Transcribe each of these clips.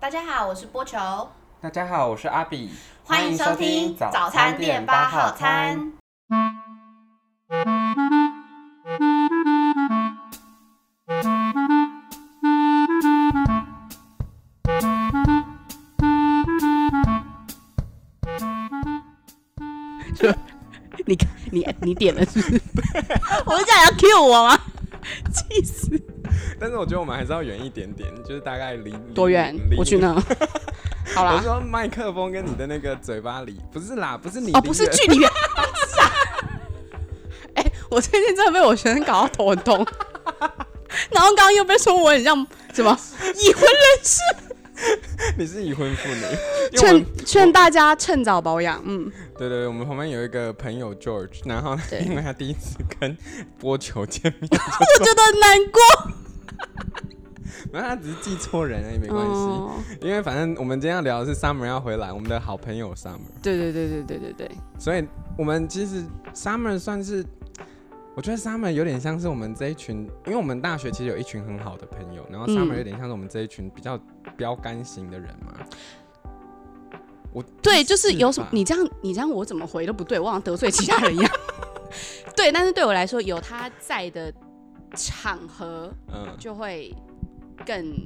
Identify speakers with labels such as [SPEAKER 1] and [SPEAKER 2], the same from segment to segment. [SPEAKER 1] 大家好，我是波球，
[SPEAKER 2] 大家好，我是阿比，
[SPEAKER 1] 欢迎收听早餐店八号餐。。
[SPEAKER 3] 你看你你点了是不 是？我是这样要 Q 我吗？气死！
[SPEAKER 2] 但是我觉得我们还是要远一点点，就是大概离
[SPEAKER 3] 多远？我去。
[SPEAKER 2] 离
[SPEAKER 3] 那。
[SPEAKER 2] 我
[SPEAKER 3] 好啦，
[SPEAKER 2] 说麦克风跟你的那个嘴巴离，不是啦，不是你
[SPEAKER 3] 哦，不是
[SPEAKER 2] 离远
[SPEAKER 3] 距离远。 是啊！哎、我最近真的被我学生搞到头很痛， 然后刚刚又被说我很像什么已婚人士，
[SPEAKER 2] 你是已婚妇 女。因为我们
[SPEAKER 3] 劝劝大家趁早保养。嗯，
[SPEAKER 2] 对对对，我们旁边有一个朋友 George，然后
[SPEAKER 3] 对
[SPEAKER 2] 因为他第一次跟波球见面，
[SPEAKER 3] 我觉得很难过。
[SPEAKER 2] 然后他只是记错人而已，没关系。
[SPEAKER 3] 哦
[SPEAKER 2] 因为反正我们今天要聊的是 Summer 要回来，我们的好朋友 Summer，
[SPEAKER 3] 对对对对对对对，
[SPEAKER 2] 所以我们其实 Summer 算是，我觉得 Summer 有点像是我们这一群，因为我们大学其实有一群很好的朋友，然后 Summer
[SPEAKER 3] 嗯
[SPEAKER 2] 有点像是我们这一群比较标杆型的人嘛。我
[SPEAKER 3] 对，就是有什么
[SPEAKER 2] 吧
[SPEAKER 3] 你这样你这样我怎么回都不对，我好像得罪其他人一样。 对，但是对我来说，有他在的场合
[SPEAKER 2] 嗯
[SPEAKER 3] 就会更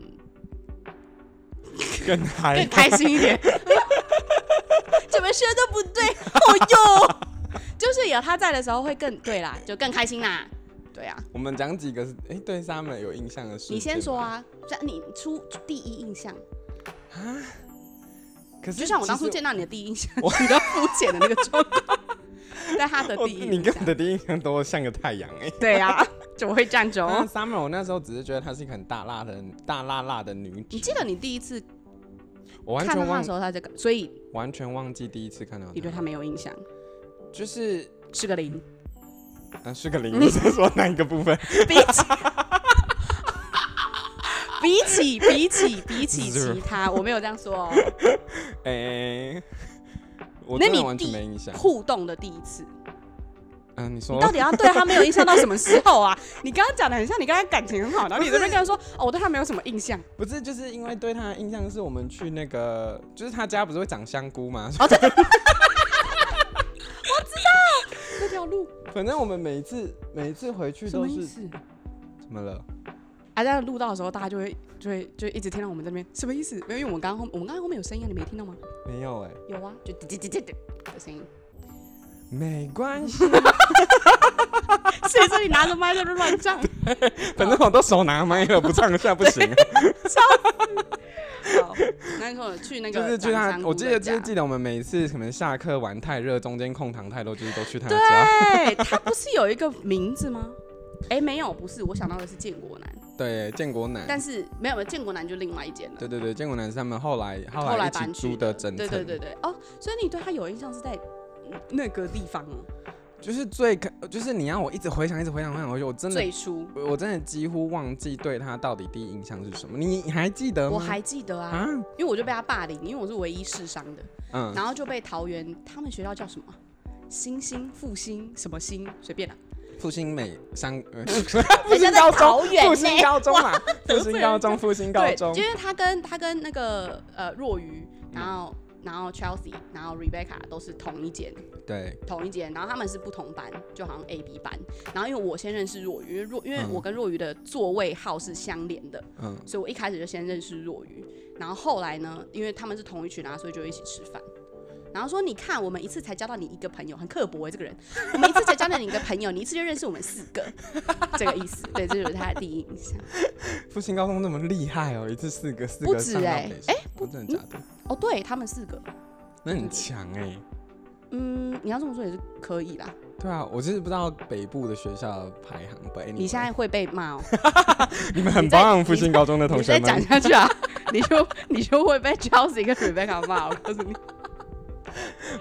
[SPEAKER 2] 更嗨
[SPEAKER 3] 更，开心一点。 怎么说都不对，哦哟， 就是有他在的时候会更对啦，就更开心啦。对啊，
[SPEAKER 2] 我们讲几个是哎、对 Summer 有印象的事，
[SPEAKER 3] 你先说。啊，这你出出第一印象，
[SPEAKER 2] 可是
[SPEAKER 3] 就像我当初
[SPEAKER 2] 其实
[SPEAKER 3] 见到你的第一印象，你的肤浅的那个状态， 但他的
[SPEAKER 2] 我
[SPEAKER 3] 第一
[SPEAKER 2] 你
[SPEAKER 3] 印
[SPEAKER 2] 跟我
[SPEAKER 3] 象，
[SPEAKER 2] 的第一印象都像个太阳哎、
[SPEAKER 3] 对啊，怎么会这样子
[SPEAKER 2] 然后
[SPEAKER 3] 哦？
[SPEAKER 2] Summer 我那时候只是觉得她是一个很大辣的大辣辣的女子。
[SPEAKER 3] 你记得你第一次
[SPEAKER 2] 我完
[SPEAKER 3] 看到
[SPEAKER 2] 全
[SPEAKER 3] 他的
[SPEAKER 2] 忘
[SPEAKER 3] 时候，他在干，所以
[SPEAKER 2] 完全忘记第一次看到他，
[SPEAKER 3] 你对他没有印象，
[SPEAKER 2] 就是
[SPEAKER 3] 是个零。
[SPEAKER 2] 嗯、呃是个零，你是说哪一个部分？
[SPEAKER 3] 比起比起比起比起其他，我没有这样说哦。
[SPEAKER 2] 哎、我
[SPEAKER 3] 那
[SPEAKER 2] 真
[SPEAKER 3] 你
[SPEAKER 2] 的完全
[SPEAKER 3] 第
[SPEAKER 2] 没印象。
[SPEAKER 3] 互动的第一次，
[SPEAKER 2] 嗯、你说
[SPEAKER 3] 你到底要对他没有印象到什么时候啊？你刚刚讲的很像你跟他感情很好，然后你这边跟他说哦，我对他没有什么印象。
[SPEAKER 2] 不是？就是因为对他的印象是我们去那个，就是他家不是会长香菇吗？
[SPEAKER 3] 哦，对，我知道那条路
[SPEAKER 2] 反正我们每一次每一次回去
[SPEAKER 3] 什
[SPEAKER 2] 都
[SPEAKER 3] 么意
[SPEAKER 2] 是
[SPEAKER 3] 思？
[SPEAKER 2] 怎么了？
[SPEAKER 3] 啊，在录到的时候，大家就会就会就一直听到我们这边什么意思？没有，因为我们刚刚后我们刚刚后面有声音啊，你没听到吗？
[SPEAKER 2] 没有哎、
[SPEAKER 3] 有啊，就滴滴滴滴滴的声音。
[SPEAKER 2] 没关系，
[SPEAKER 3] 谁说你拿着麦在那乱唱？
[SPEAKER 2] 反正我都手拿麦了，不唱一下不行。
[SPEAKER 3] 好，那你说去 那个
[SPEAKER 2] 就是去
[SPEAKER 3] 长
[SPEAKER 2] 他
[SPEAKER 3] 山，谷
[SPEAKER 2] 我记得
[SPEAKER 3] 的
[SPEAKER 2] 就是
[SPEAKER 3] 家
[SPEAKER 2] 记得我们每次可能下课玩太热，中间空堂太多，就是都去他的家。
[SPEAKER 3] 对，啊他不是有一个名字吗？ 哎、没有，不是，我想到的是建国南，
[SPEAKER 2] 对，建国南。
[SPEAKER 3] 但是没有没有建国南就另外一间了
[SPEAKER 2] 对。对对，建国男是他们后来后
[SPEAKER 3] 后
[SPEAKER 2] 来
[SPEAKER 3] 来
[SPEAKER 2] 一起
[SPEAKER 3] 搬去
[SPEAKER 2] 租的整层，
[SPEAKER 3] 对对对对，哦，所以你对他有印象是在嗯那个地方哦，
[SPEAKER 2] 就是最可就是你让我一直回想，一直回想，回想回去，我真的
[SPEAKER 3] 最初
[SPEAKER 2] 我真的几乎忘记对他到底第一印象是什么，你你还记得吗？
[SPEAKER 3] 我还记得啊，
[SPEAKER 2] 啊，
[SPEAKER 3] 因为我就被他霸凌，因为我是唯一视商的，
[SPEAKER 2] 嗯，
[SPEAKER 3] 然后就被桃园他们学校叫什么啊星星复兴什么星随便啦、
[SPEAKER 2] 复兴美商，呃
[SPEAKER 3] 人家在桃园
[SPEAKER 2] 复兴
[SPEAKER 3] 呢
[SPEAKER 2] 高中嘛，
[SPEAKER 3] 得
[SPEAKER 2] 复
[SPEAKER 3] 罪
[SPEAKER 2] 兴
[SPEAKER 3] 人
[SPEAKER 2] 高
[SPEAKER 3] 家
[SPEAKER 2] 中，复兴高
[SPEAKER 3] 对，
[SPEAKER 2] 中嗯
[SPEAKER 3] 因，为他跟他跟那个呃若愚，然后、然后 Chelsea，然后 Rebecca 都是同一间
[SPEAKER 2] 对，
[SPEAKER 3] 同一间，然后他们是不同班，就好像 A B 班。然后因为我先认识若愚，因为若因为
[SPEAKER 2] 嗯
[SPEAKER 3] 我跟若愚的座位号是相连的，
[SPEAKER 2] 嗯，
[SPEAKER 3] 所以我一开始就先认识若愚。然后后来呢，因为他们是同一群啊，所以就一起吃饭。然后说你看，我们一次才交到你一个朋友，很刻薄哎、这个人。我们一次才交到你一个朋友，你一次就认识我们四个，这个意思。对，这就是他的第一印象。
[SPEAKER 2] 复兴高中那么厉害哦，一次四个四
[SPEAKER 3] 不
[SPEAKER 2] 个
[SPEAKER 3] 止
[SPEAKER 2] 上到
[SPEAKER 3] 欸
[SPEAKER 2] 北师，不真的假的？
[SPEAKER 3] 哦，对他们四个，
[SPEAKER 2] 那很强哎，
[SPEAKER 3] 嗯，你要这么说也是可以啦。
[SPEAKER 2] 对啊，我就是不知道北部的学校排行榜，
[SPEAKER 3] 你现在会被骂哦，
[SPEAKER 2] 你 们很
[SPEAKER 3] 你在
[SPEAKER 2] 棒，啊复兴高中的同
[SPEAKER 3] 你
[SPEAKER 2] 学
[SPEAKER 3] 再讲
[SPEAKER 2] 们。
[SPEAKER 3] 下去啊， 你就你就会被 Chelsea 跟 Rebecca 骂。我告诉你，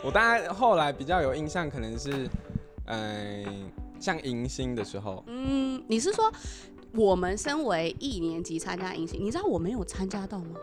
[SPEAKER 2] 我大概后来比较有印象，可能是，嗯、像迎新的时候，
[SPEAKER 3] 嗯，你是说我们身为一年级参加迎新，你知道我没有参加到吗？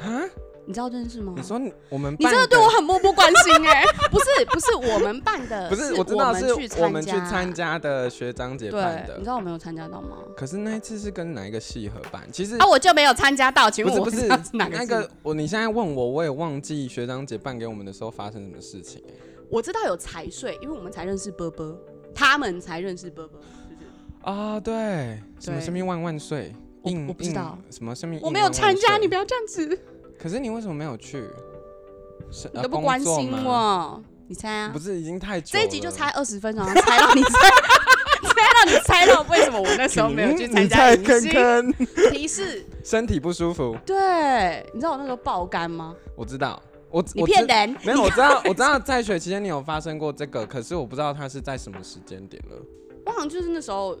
[SPEAKER 2] 啊，
[SPEAKER 3] 你知道这件事吗？
[SPEAKER 2] 你说你我们
[SPEAKER 3] 嗯你真的
[SPEAKER 2] 办
[SPEAKER 3] 对我很漠不关心哎、 不是不是我们办 的，
[SPEAKER 2] 不
[SPEAKER 3] 是
[SPEAKER 2] 是我知道
[SPEAKER 3] 们
[SPEAKER 2] 是
[SPEAKER 3] 去
[SPEAKER 2] 我们去
[SPEAKER 3] 参
[SPEAKER 2] 参，加的学长姐办
[SPEAKER 3] 对，你
[SPEAKER 2] 的
[SPEAKER 3] 知，道我没有参加到吗？
[SPEAKER 2] 可是那一次是跟哪一个系合办？其实
[SPEAKER 3] 啊，我就没有参加到，请
[SPEAKER 2] 不
[SPEAKER 3] 问
[SPEAKER 2] 是
[SPEAKER 3] 我
[SPEAKER 2] 不是
[SPEAKER 3] 参加哪
[SPEAKER 2] 那
[SPEAKER 3] 是
[SPEAKER 2] 个我你现在问我，我也忘记学长姐办给我们的时候发生什么事情欸
[SPEAKER 3] 我知道有财税，因为我们才认识波波，他们才认识波波，是不是？
[SPEAKER 2] 啊，对，什么
[SPEAKER 3] 对
[SPEAKER 2] 生命万万岁，
[SPEAKER 3] 我
[SPEAKER 2] 应
[SPEAKER 3] 我不知
[SPEAKER 2] 应
[SPEAKER 3] 道
[SPEAKER 2] 什么生命，
[SPEAKER 3] 我没有参加，你不
[SPEAKER 2] 要。
[SPEAKER 3] 要这样子，
[SPEAKER 2] 可是你为什么没有去？是
[SPEAKER 3] 你都不关心，
[SPEAKER 2] 呃工作吗
[SPEAKER 3] 我，你猜啊
[SPEAKER 2] 不？是已经太久了？
[SPEAKER 3] 这一集就猜二十分钟，然后猜到你猜，猜到你猜到为什么我那时候没有去参加
[SPEAKER 2] 你
[SPEAKER 3] 迎
[SPEAKER 2] 在坑
[SPEAKER 3] 新
[SPEAKER 2] 坑，
[SPEAKER 3] 提示，
[SPEAKER 2] 身体不舒服，
[SPEAKER 3] 对，你知道我那时候爆肝吗？
[SPEAKER 2] 我知道，我
[SPEAKER 3] 你骗。
[SPEAKER 2] 我知
[SPEAKER 3] 人，
[SPEAKER 2] 没有，我知道，我知道，在学期间你有发生过这个，可是我不知道它是在什么时间点了。
[SPEAKER 3] 我好像就是那时候，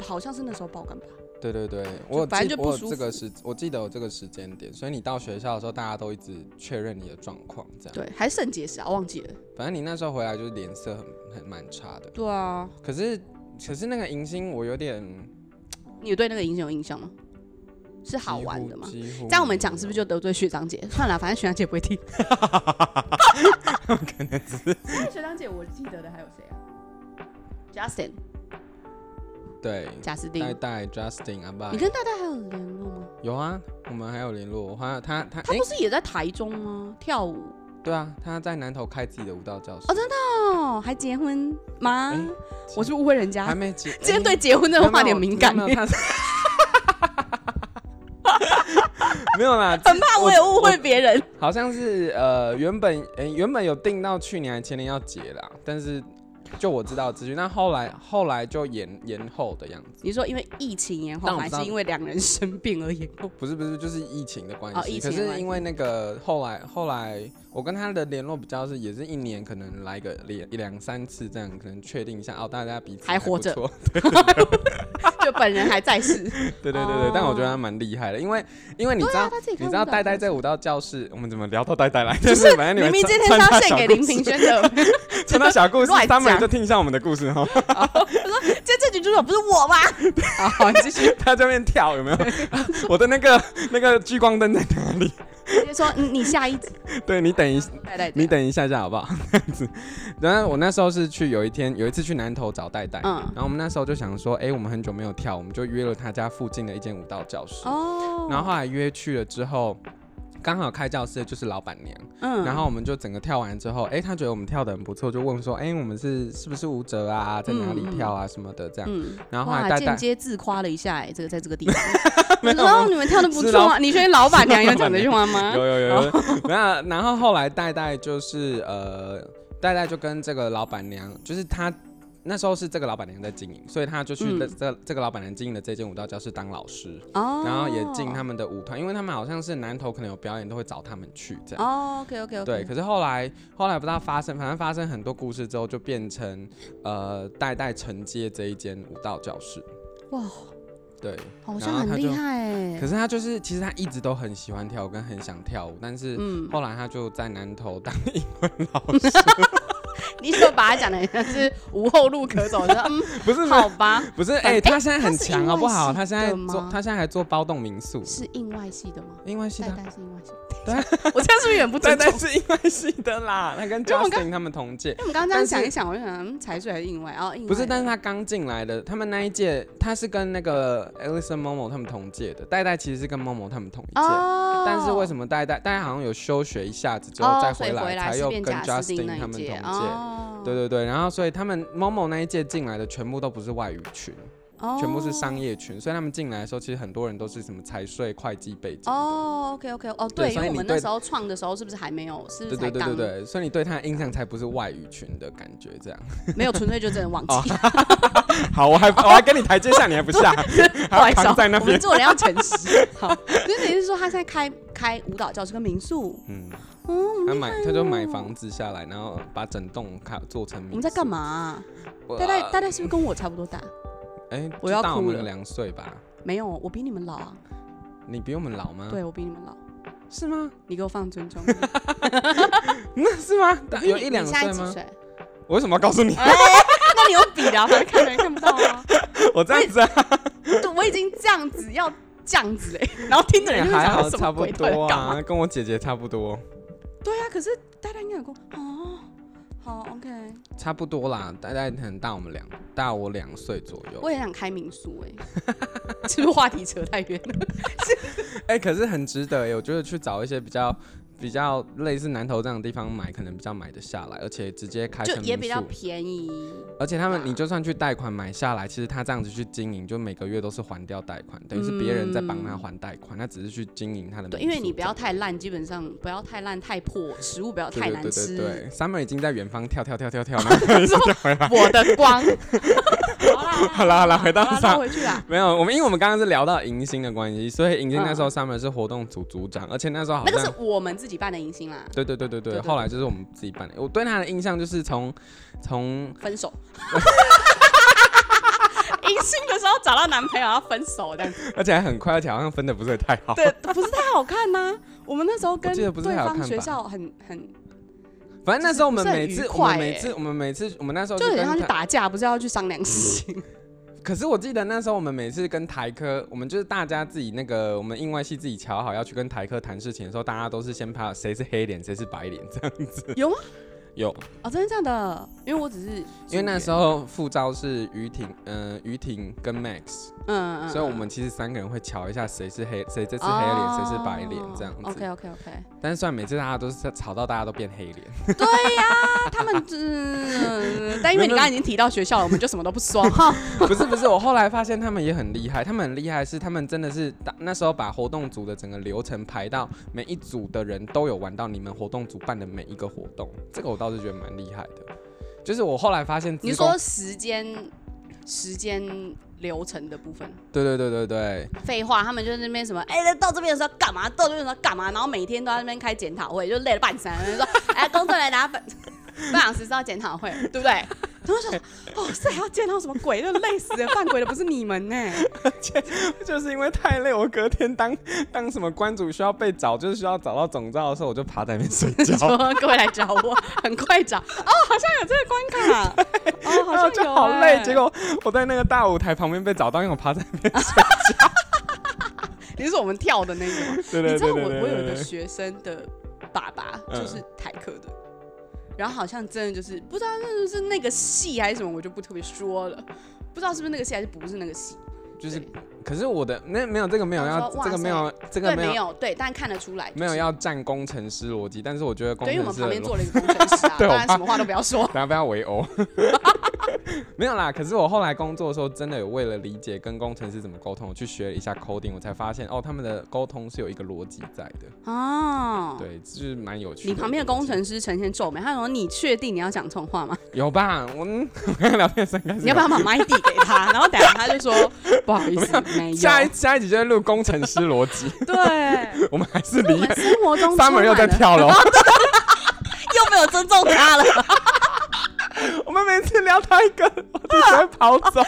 [SPEAKER 3] 好像是那时候爆肝吧。
[SPEAKER 2] 对对对，我有
[SPEAKER 3] 反正
[SPEAKER 2] 记
[SPEAKER 3] 就
[SPEAKER 2] 我
[SPEAKER 3] 不
[SPEAKER 2] 有
[SPEAKER 3] 舒
[SPEAKER 2] 这个
[SPEAKER 3] 服
[SPEAKER 2] 时，我记得有这个时间点，所以你到学校的时候，大家都一直确认你的状况，这样。
[SPEAKER 3] 对，还是肾结石啊，忘记了。
[SPEAKER 2] 反正你那时候回来就是脸色很很蛮差的，
[SPEAKER 3] 对啊，
[SPEAKER 2] 可是可是那个迎新我有点
[SPEAKER 3] 你有对那个影响有印象吗？是好玩的吗？
[SPEAKER 2] 几乎几乎
[SPEAKER 3] 这样我们讲是不
[SPEAKER 2] 没
[SPEAKER 3] 是
[SPEAKER 2] 有
[SPEAKER 3] 就得罪学 长姐？算了，反正学长姐不会听。可能只是学长姐，我记得的还有谁啊？Justin、
[SPEAKER 2] 对？
[SPEAKER 3] 贾斯汀
[SPEAKER 2] 代，代 Justin 阿爸
[SPEAKER 3] 你跟大大还有联络吗？
[SPEAKER 2] 有啊，我们还有联络，我还他他
[SPEAKER 3] 他
[SPEAKER 2] 诶
[SPEAKER 3] 不是也在台中吗？跳舞
[SPEAKER 2] 对啊，他在南头开自己的舞蹈教室
[SPEAKER 3] 哦，真的哦，还结婚吗
[SPEAKER 2] 诶？
[SPEAKER 3] 我是误会人
[SPEAKER 2] 还
[SPEAKER 3] 家，
[SPEAKER 2] 没结，
[SPEAKER 3] 今天
[SPEAKER 2] 诶
[SPEAKER 3] 对结婚这个话题很敏感
[SPEAKER 2] 没，有没有 他没有啦，
[SPEAKER 3] 很怕 我也误会别人。
[SPEAKER 2] 好像是呃原本诶、原本有定到去年还前年要结啦，但是就我知道的资讯，那后来后来就延延后的样子，
[SPEAKER 3] 你说因为疫情延后
[SPEAKER 2] 但
[SPEAKER 3] 吗，
[SPEAKER 2] 我
[SPEAKER 3] 还
[SPEAKER 2] 知道
[SPEAKER 3] 是因为两人生病而延后？
[SPEAKER 2] 不是不是就是疫情的关系，
[SPEAKER 3] 哦疫情
[SPEAKER 2] 可
[SPEAKER 3] 的关
[SPEAKER 2] 是
[SPEAKER 3] 系
[SPEAKER 2] 因为那个后来后来我跟他的联络比较是也是一年可能来个两两三次这样，可能确定一下哦大家彼此
[SPEAKER 3] 还
[SPEAKER 2] 不
[SPEAKER 3] 活着
[SPEAKER 2] 错
[SPEAKER 3] 就本人还在世，
[SPEAKER 2] 对对对对，
[SPEAKER 3] 哦
[SPEAKER 2] 但我觉得他蛮厉害的，因为因为你知 道、
[SPEAKER 3] 啊他自己
[SPEAKER 2] 你
[SPEAKER 3] 看
[SPEAKER 2] 知
[SPEAKER 3] 舞
[SPEAKER 2] 道
[SPEAKER 3] 蹈
[SPEAKER 2] 呆呆在舞蹈教室，我们怎么聊到呆呆来？
[SPEAKER 3] 不
[SPEAKER 2] 就是反正你
[SPEAKER 3] 明
[SPEAKER 2] 们
[SPEAKER 3] 明今天是
[SPEAKER 2] 穿
[SPEAKER 3] 要
[SPEAKER 2] 插
[SPEAKER 3] 献
[SPEAKER 2] 小
[SPEAKER 3] 给
[SPEAKER 2] 故
[SPEAKER 3] 林平
[SPEAKER 2] 事，
[SPEAKER 3] 轩的，
[SPEAKER 2] 穿插小故事，
[SPEAKER 3] 乱
[SPEAKER 2] 他们
[SPEAKER 3] 讲
[SPEAKER 2] 就听一下我们的故事哈，
[SPEAKER 3] 这这群主角不是我吗？好， 好你继续。
[SPEAKER 2] 他这边跳有没有？ 我的那个那个聚光灯在哪里？
[SPEAKER 3] 直接说嗯你你下一集，
[SPEAKER 2] 对你等一
[SPEAKER 3] 对对，
[SPEAKER 2] 你，等一下下好不 好？这样子，然后我那时候是去有一天有一次去南头找戴戴，
[SPEAKER 3] 嗯
[SPEAKER 2] 然后我们那时候就想说，哎、我们很久没有跳，我们就约了他家附近的一间舞蹈教室，
[SPEAKER 3] 哦，
[SPEAKER 2] 然后后来约去了之后，刚好开教室的就是老板娘。
[SPEAKER 3] 嗯
[SPEAKER 2] 然后我们就整个跳完之后，哎、他觉得我们跳的很不错，就问说，哎、我们是是不是舞者啊，在哪里跳啊什么的这样。
[SPEAKER 3] 嗯，
[SPEAKER 2] 然后后来
[SPEAKER 3] 哇，
[SPEAKER 2] 戴
[SPEAKER 3] 间
[SPEAKER 2] 戴
[SPEAKER 3] 接自夸了一下，哎，这个在这个地方，
[SPEAKER 2] 没有
[SPEAKER 3] 然哦后你们跳的不
[SPEAKER 2] 是
[SPEAKER 3] 错
[SPEAKER 2] 老
[SPEAKER 3] 啊，你确定老板娘有讲这句话吗？
[SPEAKER 2] 有有有有，那 然后后来戴戴就是呃，戴戴就跟这个老板娘，就是她那时候是这个老板娘在经营，所以她就去
[SPEAKER 3] 嗯
[SPEAKER 2] 这、这这个老板娘经营的这间舞蹈教室当老师，
[SPEAKER 3] 哦，
[SPEAKER 2] 然后也进他们的舞团，因为他们好像是南头可能有表演都会找他们去这样。
[SPEAKER 3] 哦，OK OK OK，
[SPEAKER 2] 对，可是后来后来不知道发生，反正发生很多故事之后，就变成呃代代承接这一间舞蹈教室。
[SPEAKER 3] 哇，
[SPEAKER 2] 对，
[SPEAKER 3] 好
[SPEAKER 2] 然
[SPEAKER 3] 像
[SPEAKER 2] 后他
[SPEAKER 3] 很
[SPEAKER 2] 就
[SPEAKER 3] 厉害
[SPEAKER 2] 可是
[SPEAKER 3] 哎，
[SPEAKER 2] 他就是其实他一直都很喜欢跳舞，跟很想跳舞，但是
[SPEAKER 3] 嗯，
[SPEAKER 2] 后来他就在南投当英文老 师，
[SPEAKER 3] 你怎么把他讲的像是无后路可 走？我说嗯，
[SPEAKER 2] 不是
[SPEAKER 3] 好吧，
[SPEAKER 2] 不是
[SPEAKER 3] 反
[SPEAKER 2] 哎、他现在很
[SPEAKER 3] 他是
[SPEAKER 2] 强好不好？
[SPEAKER 3] 英文系
[SPEAKER 2] 他现在
[SPEAKER 3] 的吗
[SPEAKER 2] 做他现在还做包栋民宿，
[SPEAKER 3] 是印外系的吗？
[SPEAKER 2] 英文系
[SPEAKER 3] 代
[SPEAKER 2] 的。
[SPEAKER 3] 代是印外系，
[SPEAKER 2] 对啊，
[SPEAKER 3] 我这样是不是有点不
[SPEAKER 2] 代
[SPEAKER 3] 尊 重
[SPEAKER 2] 代？是英文系的啦，他跟
[SPEAKER 3] 因为我
[SPEAKER 2] Justin 他们同届
[SPEAKER 3] 因为，我们刚刚这
[SPEAKER 2] 但是
[SPEAKER 3] 样想一想，我就想嗯财税还是印外，哦，印外
[SPEAKER 2] 不是，
[SPEAKER 3] 的
[SPEAKER 2] 但是他刚进来的，他们那一届他是跟那个 Alison Momo 他们同届的，代代其实是跟 Momo 他们同一届，
[SPEAKER 3] 哦，
[SPEAKER 2] 但是为什
[SPEAKER 3] 么
[SPEAKER 2] 么代代代代好像有休学一下子之后
[SPEAKER 3] 哦，
[SPEAKER 2] 再
[SPEAKER 3] 所
[SPEAKER 2] 回
[SPEAKER 3] 以
[SPEAKER 2] 来，
[SPEAKER 3] 回
[SPEAKER 2] 才
[SPEAKER 3] 是
[SPEAKER 2] 又
[SPEAKER 3] 变
[SPEAKER 2] 跟
[SPEAKER 3] 贾斯汀
[SPEAKER 2] Justin
[SPEAKER 3] 那
[SPEAKER 2] 他
[SPEAKER 3] 一
[SPEAKER 2] 们同
[SPEAKER 3] 届
[SPEAKER 2] 届，
[SPEAKER 3] 哦，
[SPEAKER 2] 对对对，然后所以他们 Momo 那一届进来的全部都不是外语群，
[SPEAKER 3] 哦，
[SPEAKER 2] 全部是商业群，所以他们进来的时候其实很多人都是什么财税会计背景的。
[SPEAKER 3] 哦，OK OK，哦，
[SPEAKER 2] 对
[SPEAKER 3] 对，因
[SPEAKER 2] 所以
[SPEAKER 3] 为我
[SPEAKER 2] 你
[SPEAKER 3] 们那
[SPEAKER 2] 对
[SPEAKER 3] 时候创的时候是不是还没有，是
[SPEAKER 2] 对
[SPEAKER 3] 不是
[SPEAKER 2] 对
[SPEAKER 3] 才
[SPEAKER 2] 对
[SPEAKER 3] 刚
[SPEAKER 2] 对对，所以你对他的印象才不是外语群的感觉，这样。
[SPEAKER 3] 没有纯粹就真的忘
[SPEAKER 2] 哦
[SPEAKER 3] 记，
[SPEAKER 2] 好，我还我还跟你台阶下，你还不下，
[SPEAKER 3] 不好
[SPEAKER 2] 还
[SPEAKER 3] 意
[SPEAKER 2] 要
[SPEAKER 3] 思
[SPEAKER 2] 扛
[SPEAKER 3] 哦，
[SPEAKER 2] 在那
[SPEAKER 3] 我们
[SPEAKER 2] 边。
[SPEAKER 3] 做人要诚实。好，所以你是说他现在开开舞蹈教室跟民宿？
[SPEAKER 2] 嗯，
[SPEAKER 3] 嗯，
[SPEAKER 2] 他买他就买房子下来，然后把整栋卡做成民宿。
[SPEAKER 3] 我们在干嘛啊？
[SPEAKER 2] 我？
[SPEAKER 3] 大概大概是不是跟我差不多大？
[SPEAKER 2] 哎，
[SPEAKER 3] 我要
[SPEAKER 2] 就大我
[SPEAKER 3] 哭
[SPEAKER 2] 们
[SPEAKER 3] 了
[SPEAKER 2] 两岁吧？
[SPEAKER 3] 没有，我比你们老啊，
[SPEAKER 2] 你比我们老吗？
[SPEAKER 3] 对我比你们老，
[SPEAKER 2] 是吗？
[SPEAKER 3] 你给我放尊重。
[SPEAKER 2] 那是吗？大 有
[SPEAKER 3] 你
[SPEAKER 2] 一两
[SPEAKER 3] 你现
[SPEAKER 2] 岁
[SPEAKER 3] 在几
[SPEAKER 2] 吗？
[SPEAKER 3] 岁？
[SPEAKER 2] 我为什么要告诉你？
[SPEAKER 3] 那你用笔的啊，反正看人看不到啊。
[SPEAKER 2] 我这样子啊，
[SPEAKER 3] 对我已经这样子要这样子哎、 然后听的
[SPEAKER 2] 也
[SPEAKER 3] 人就
[SPEAKER 2] 还
[SPEAKER 3] 想
[SPEAKER 2] 好，
[SPEAKER 3] 说什
[SPEAKER 2] 差
[SPEAKER 3] 么
[SPEAKER 2] 不
[SPEAKER 3] 鬼到底在
[SPEAKER 2] 多
[SPEAKER 3] 干嘛
[SPEAKER 2] 啊，跟我姐姐差不多，
[SPEAKER 3] 对啊，可是大家应该有说哦，好 OK，
[SPEAKER 2] 差不多啦，大概可能大我们两大我两岁左
[SPEAKER 3] 我
[SPEAKER 2] 右。
[SPEAKER 3] 也想开民宿哎、 是不是话题扯太远了？
[SPEAKER 2] 哎、可是很值得耶，我觉得去找一些比较比较类似南头这样的地方买，可能比较买得下来，而且直接开
[SPEAKER 3] 就
[SPEAKER 2] 成
[SPEAKER 3] 也
[SPEAKER 2] 民
[SPEAKER 3] 比较
[SPEAKER 2] 宿
[SPEAKER 3] 便宜，
[SPEAKER 2] 而且他们，
[SPEAKER 3] 对啊
[SPEAKER 2] 你就算去贷款买下来，其实他这样子去经营，就每个月都是还掉贷款，等于是别人在帮他还贷款，他只是去经营他的民宿这
[SPEAKER 3] 嗯
[SPEAKER 2] 样。
[SPEAKER 3] 对，因为你不要太烂，基本上不要太烂太破，食物不要
[SPEAKER 2] 对
[SPEAKER 3] 太难
[SPEAKER 2] 对
[SPEAKER 3] 吃。
[SPEAKER 2] 对对对，Summer 已经在远方跳跳跳跳跳，然后
[SPEAKER 3] 我的光，
[SPEAKER 2] 好
[SPEAKER 3] 好
[SPEAKER 2] 啦好
[SPEAKER 3] 啦
[SPEAKER 2] 啦回到
[SPEAKER 3] 好啦
[SPEAKER 2] 上
[SPEAKER 3] 绕回去啦。
[SPEAKER 2] 没有我们，因为我们刚刚是聊到迎新的关系，所以迎新那时候 Summer 是活动组组长，而且那时候好
[SPEAKER 3] 嗯哦那个
[SPEAKER 2] 像
[SPEAKER 3] 是我们自己办的迎新啦，
[SPEAKER 2] 对对对对
[SPEAKER 3] 对
[SPEAKER 2] 对，
[SPEAKER 3] 对对
[SPEAKER 2] 后来就是我们自己办的。我对他的印象就是从从
[SPEAKER 3] 分手。 迎新的时候找到男朋友要分手，这样子，
[SPEAKER 2] 而且还很快，而且好像分的不是太好，
[SPEAKER 3] 对，不是太好看呐、我们那时候跟
[SPEAKER 2] 哦我记得不是
[SPEAKER 3] 对
[SPEAKER 2] 太好
[SPEAKER 3] 方
[SPEAKER 2] 看
[SPEAKER 3] 学
[SPEAKER 2] 吧
[SPEAKER 3] 校很很，
[SPEAKER 2] 反正那时候我们
[SPEAKER 3] 就是不
[SPEAKER 2] 每
[SPEAKER 3] 是
[SPEAKER 2] 次
[SPEAKER 3] 很愉
[SPEAKER 2] 我们
[SPEAKER 3] 快
[SPEAKER 2] 每
[SPEAKER 3] 欸
[SPEAKER 2] 次我们每次我们那时候
[SPEAKER 3] 就有
[SPEAKER 2] 哦跟嗯
[SPEAKER 3] 点像去
[SPEAKER 2] 他
[SPEAKER 3] 打架，不是要去商量事情。
[SPEAKER 2] 可是我记得那时候我们每次跟台科，我们就是大家自己那个，我们印外系自己瞧好要去跟台科谈事情的时候，大家都是先怕谁是黑脸，谁是白脸这样子。
[SPEAKER 3] 有吗？
[SPEAKER 2] 有，
[SPEAKER 3] 哦，真的假的？因为我只是
[SPEAKER 2] 因为那时
[SPEAKER 3] 候，
[SPEAKER 2] 候副招是于婷，嗯、于婷跟 Max，、
[SPEAKER 3] 嗯嗯，
[SPEAKER 2] 所以我们其实三个人会瞧一下谁是黑，谁这次黑脸，谁、是白脸这样子。
[SPEAKER 3] 哦 OK OK OK，
[SPEAKER 2] 但是虽然每次大家都是吵到大家都变黑脸，
[SPEAKER 3] 他们嗯，但因为你刚刚已经提到学校了，我们就什么都不说 哈。
[SPEAKER 2] 不是不是，我后来发现他们也很厉害，他们很厉害是他们真的是打那时候把活动组的整个流程排到每一组的人都有玩到你们活动组办的每一个活动，这个我倒是觉得蛮厉害的。就是我后来发现，
[SPEAKER 3] 你说时间时间流程的部分，
[SPEAKER 2] 对对对对对，
[SPEAKER 3] 废话，他们就在那边什么，哎、到这边的时候干嘛，到这边的时候干嘛，然后每天都在那边开检讨会，就累了半死，然后就说， 哎、工作人员拿本 半小时是要检讨会，对不对？然后就说，哦，这还要检讨什么鬼？就累死了，犯鬼的不是你 们呢、
[SPEAKER 2] 就是因为太累，我隔天当当什么关主需要被找，就是需要找到总照的时 候，我就趴在那边睡觉，
[SPEAKER 3] 说各位来找我， 很快找哦，好像有这个关卡，哦，好
[SPEAKER 2] 然后
[SPEAKER 3] 像
[SPEAKER 2] 就
[SPEAKER 3] 有、
[SPEAKER 2] 好
[SPEAKER 3] 哎
[SPEAKER 2] 累。结果我在那个大舞台旁边被找到，因为我趴在那边。
[SPEAKER 3] 你是我们跳的那个吗？
[SPEAKER 2] 对
[SPEAKER 3] 你
[SPEAKER 2] 对
[SPEAKER 3] 知
[SPEAKER 2] 对
[SPEAKER 3] 道
[SPEAKER 2] 对
[SPEAKER 3] 我
[SPEAKER 2] 对
[SPEAKER 3] 我有一
[SPEAKER 2] 对
[SPEAKER 3] 个
[SPEAKER 2] 对。
[SPEAKER 3] 学生的爸爸
[SPEAKER 2] 嗯
[SPEAKER 3] 就是台客的，然后好像真的就是不知道是是那个戏还是什么，我就不特别说了，不知道是不是那个戏还是不是那个戏，
[SPEAKER 2] 就是
[SPEAKER 3] 对，
[SPEAKER 2] 可是我的那没有这个没有
[SPEAKER 3] 我
[SPEAKER 2] 要
[SPEAKER 3] 说哇
[SPEAKER 2] 这个没有这个
[SPEAKER 3] 对，没
[SPEAKER 2] 有
[SPEAKER 3] 有对，但看得出来、就是、
[SPEAKER 2] 没有。要占工程师逻辑，但是我觉得工
[SPEAKER 3] 对，因为我
[SPEAKER 2] 程
[SPEAKER 3] 们
[SPEAKER 2] 师的
[SPEAKER 3] 旁边
[SPEAKER 2] 逻，
[SPEAKER 3] 坐了一个工程师啊，
[SPEAKER 2] 对
[SPEAKER 3] 当
[SPEAKER 2] 我
[SPEAKER 3] 然什么话都不 要说。
[SPEAKER 2] 等下被他围殴。没有啦，可是我后来工作的时候，真的有为了理解跟工程师怎么沟通，我去学了一下 coding，我才发现哦，他们的沟通是有一个逻辑在的，
[SPEAKER 3] 哦，
[SPEAKER 2] 对，就是蛮有趣的。
[SPEAKER 3] 你旁边的工程师呈现皱眉，他说：“你确定你要讲这种话吗？”
[SPEAKER 2] 有吧？我们我们刚刚聊天三开始有，
[SPEAKER 3] 你要不要把麦递给他？然后等下他 就说不好意思，没有。
[SPEAKER 2] 下一下一集就在录工程师逻 辑，
[SPEAKER 3] 对，
[SPEAKER 2] 我们还是
[SPEAKER 3] 我
[SPEAKER 2] 离
[SPEAKER 3] 们生活中
[SPEAKER 2] Summer 又在
[SPEAKER 3] 充
[SPEAKER 2] 跳
[SPEAKER 3] 满了，
[SPEAKER 2] 楼。
[SPEAKER 3] 又没有尊重他了。
[SPEAKER 2] 我们每次聊到一个，我就直接跑
[SPEAKER 3] 哦
[SPEAKER 2] 走。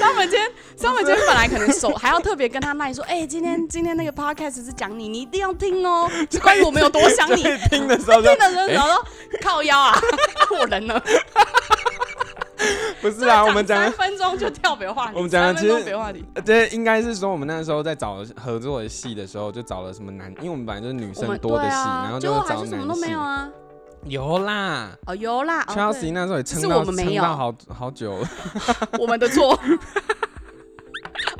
[SPEAKER 3] 张本今天，张本今天本来可能手还要特别跟他赖说，哎、今天今天那个 podcast 是讲你，你一定要 听哦，就关于我们有多想你。
[SPEAKER 2] 所以
[SPEAKER 3] 听
[SPEAKER 2] 听的时候 就
[SPEAKER 3] 的人然后说靠腰啊， 我人呢？
[SPEAKER 2] 不是啊，我们讲
[SPEAKER 3] 三分钟就跳别话题，
[SPEAKER 2] 我们讲的
[SPEAKER 3] 三分钟
[SPEAKER 2] 其实
[SPEAKER 3] 别话题。
[SPEAKER 2] 呃，对，应该是说我们那时候在找合作的戏的时候，就找了什么男，因为我们本来就是女
[SPEAKER 3] 我
[SPEAKER 2] 生
[SPEAKER 3] 们
[SPEAKER 2] 多的
[SPEAKER 3] 对
[SPEAKER 2] 戏，
[SPEAKER 3] 啊
[SPEAKER 2] 然后
[SPEAKER 3] 结
[SPEAKER 2] 就
[SPEAKER 3] 果
[SPEAKER 2] 找
[SPEAKER 3] 还
[SPEAKER 2] 男
[SPEAKER 3] 是
[SPEAKER 2] 戏。
[SPEAKER 3] 什么都没有啊。
[SPEAKER 2] 有啦
[SPEAKER 3] 哦，有啦，哦
[SPEAKER 2] ，Chelsea 那时候也撑
[SPEAKER 3] 只是
[SPEAKER 2] 到
[SPEAKER 3] 我们没
[SPEAKER 2] 撑
[SPEAKER 3] 有
[SPEAKER 2] 到好好久了。
[SPEAKER 3] 对我们的 错。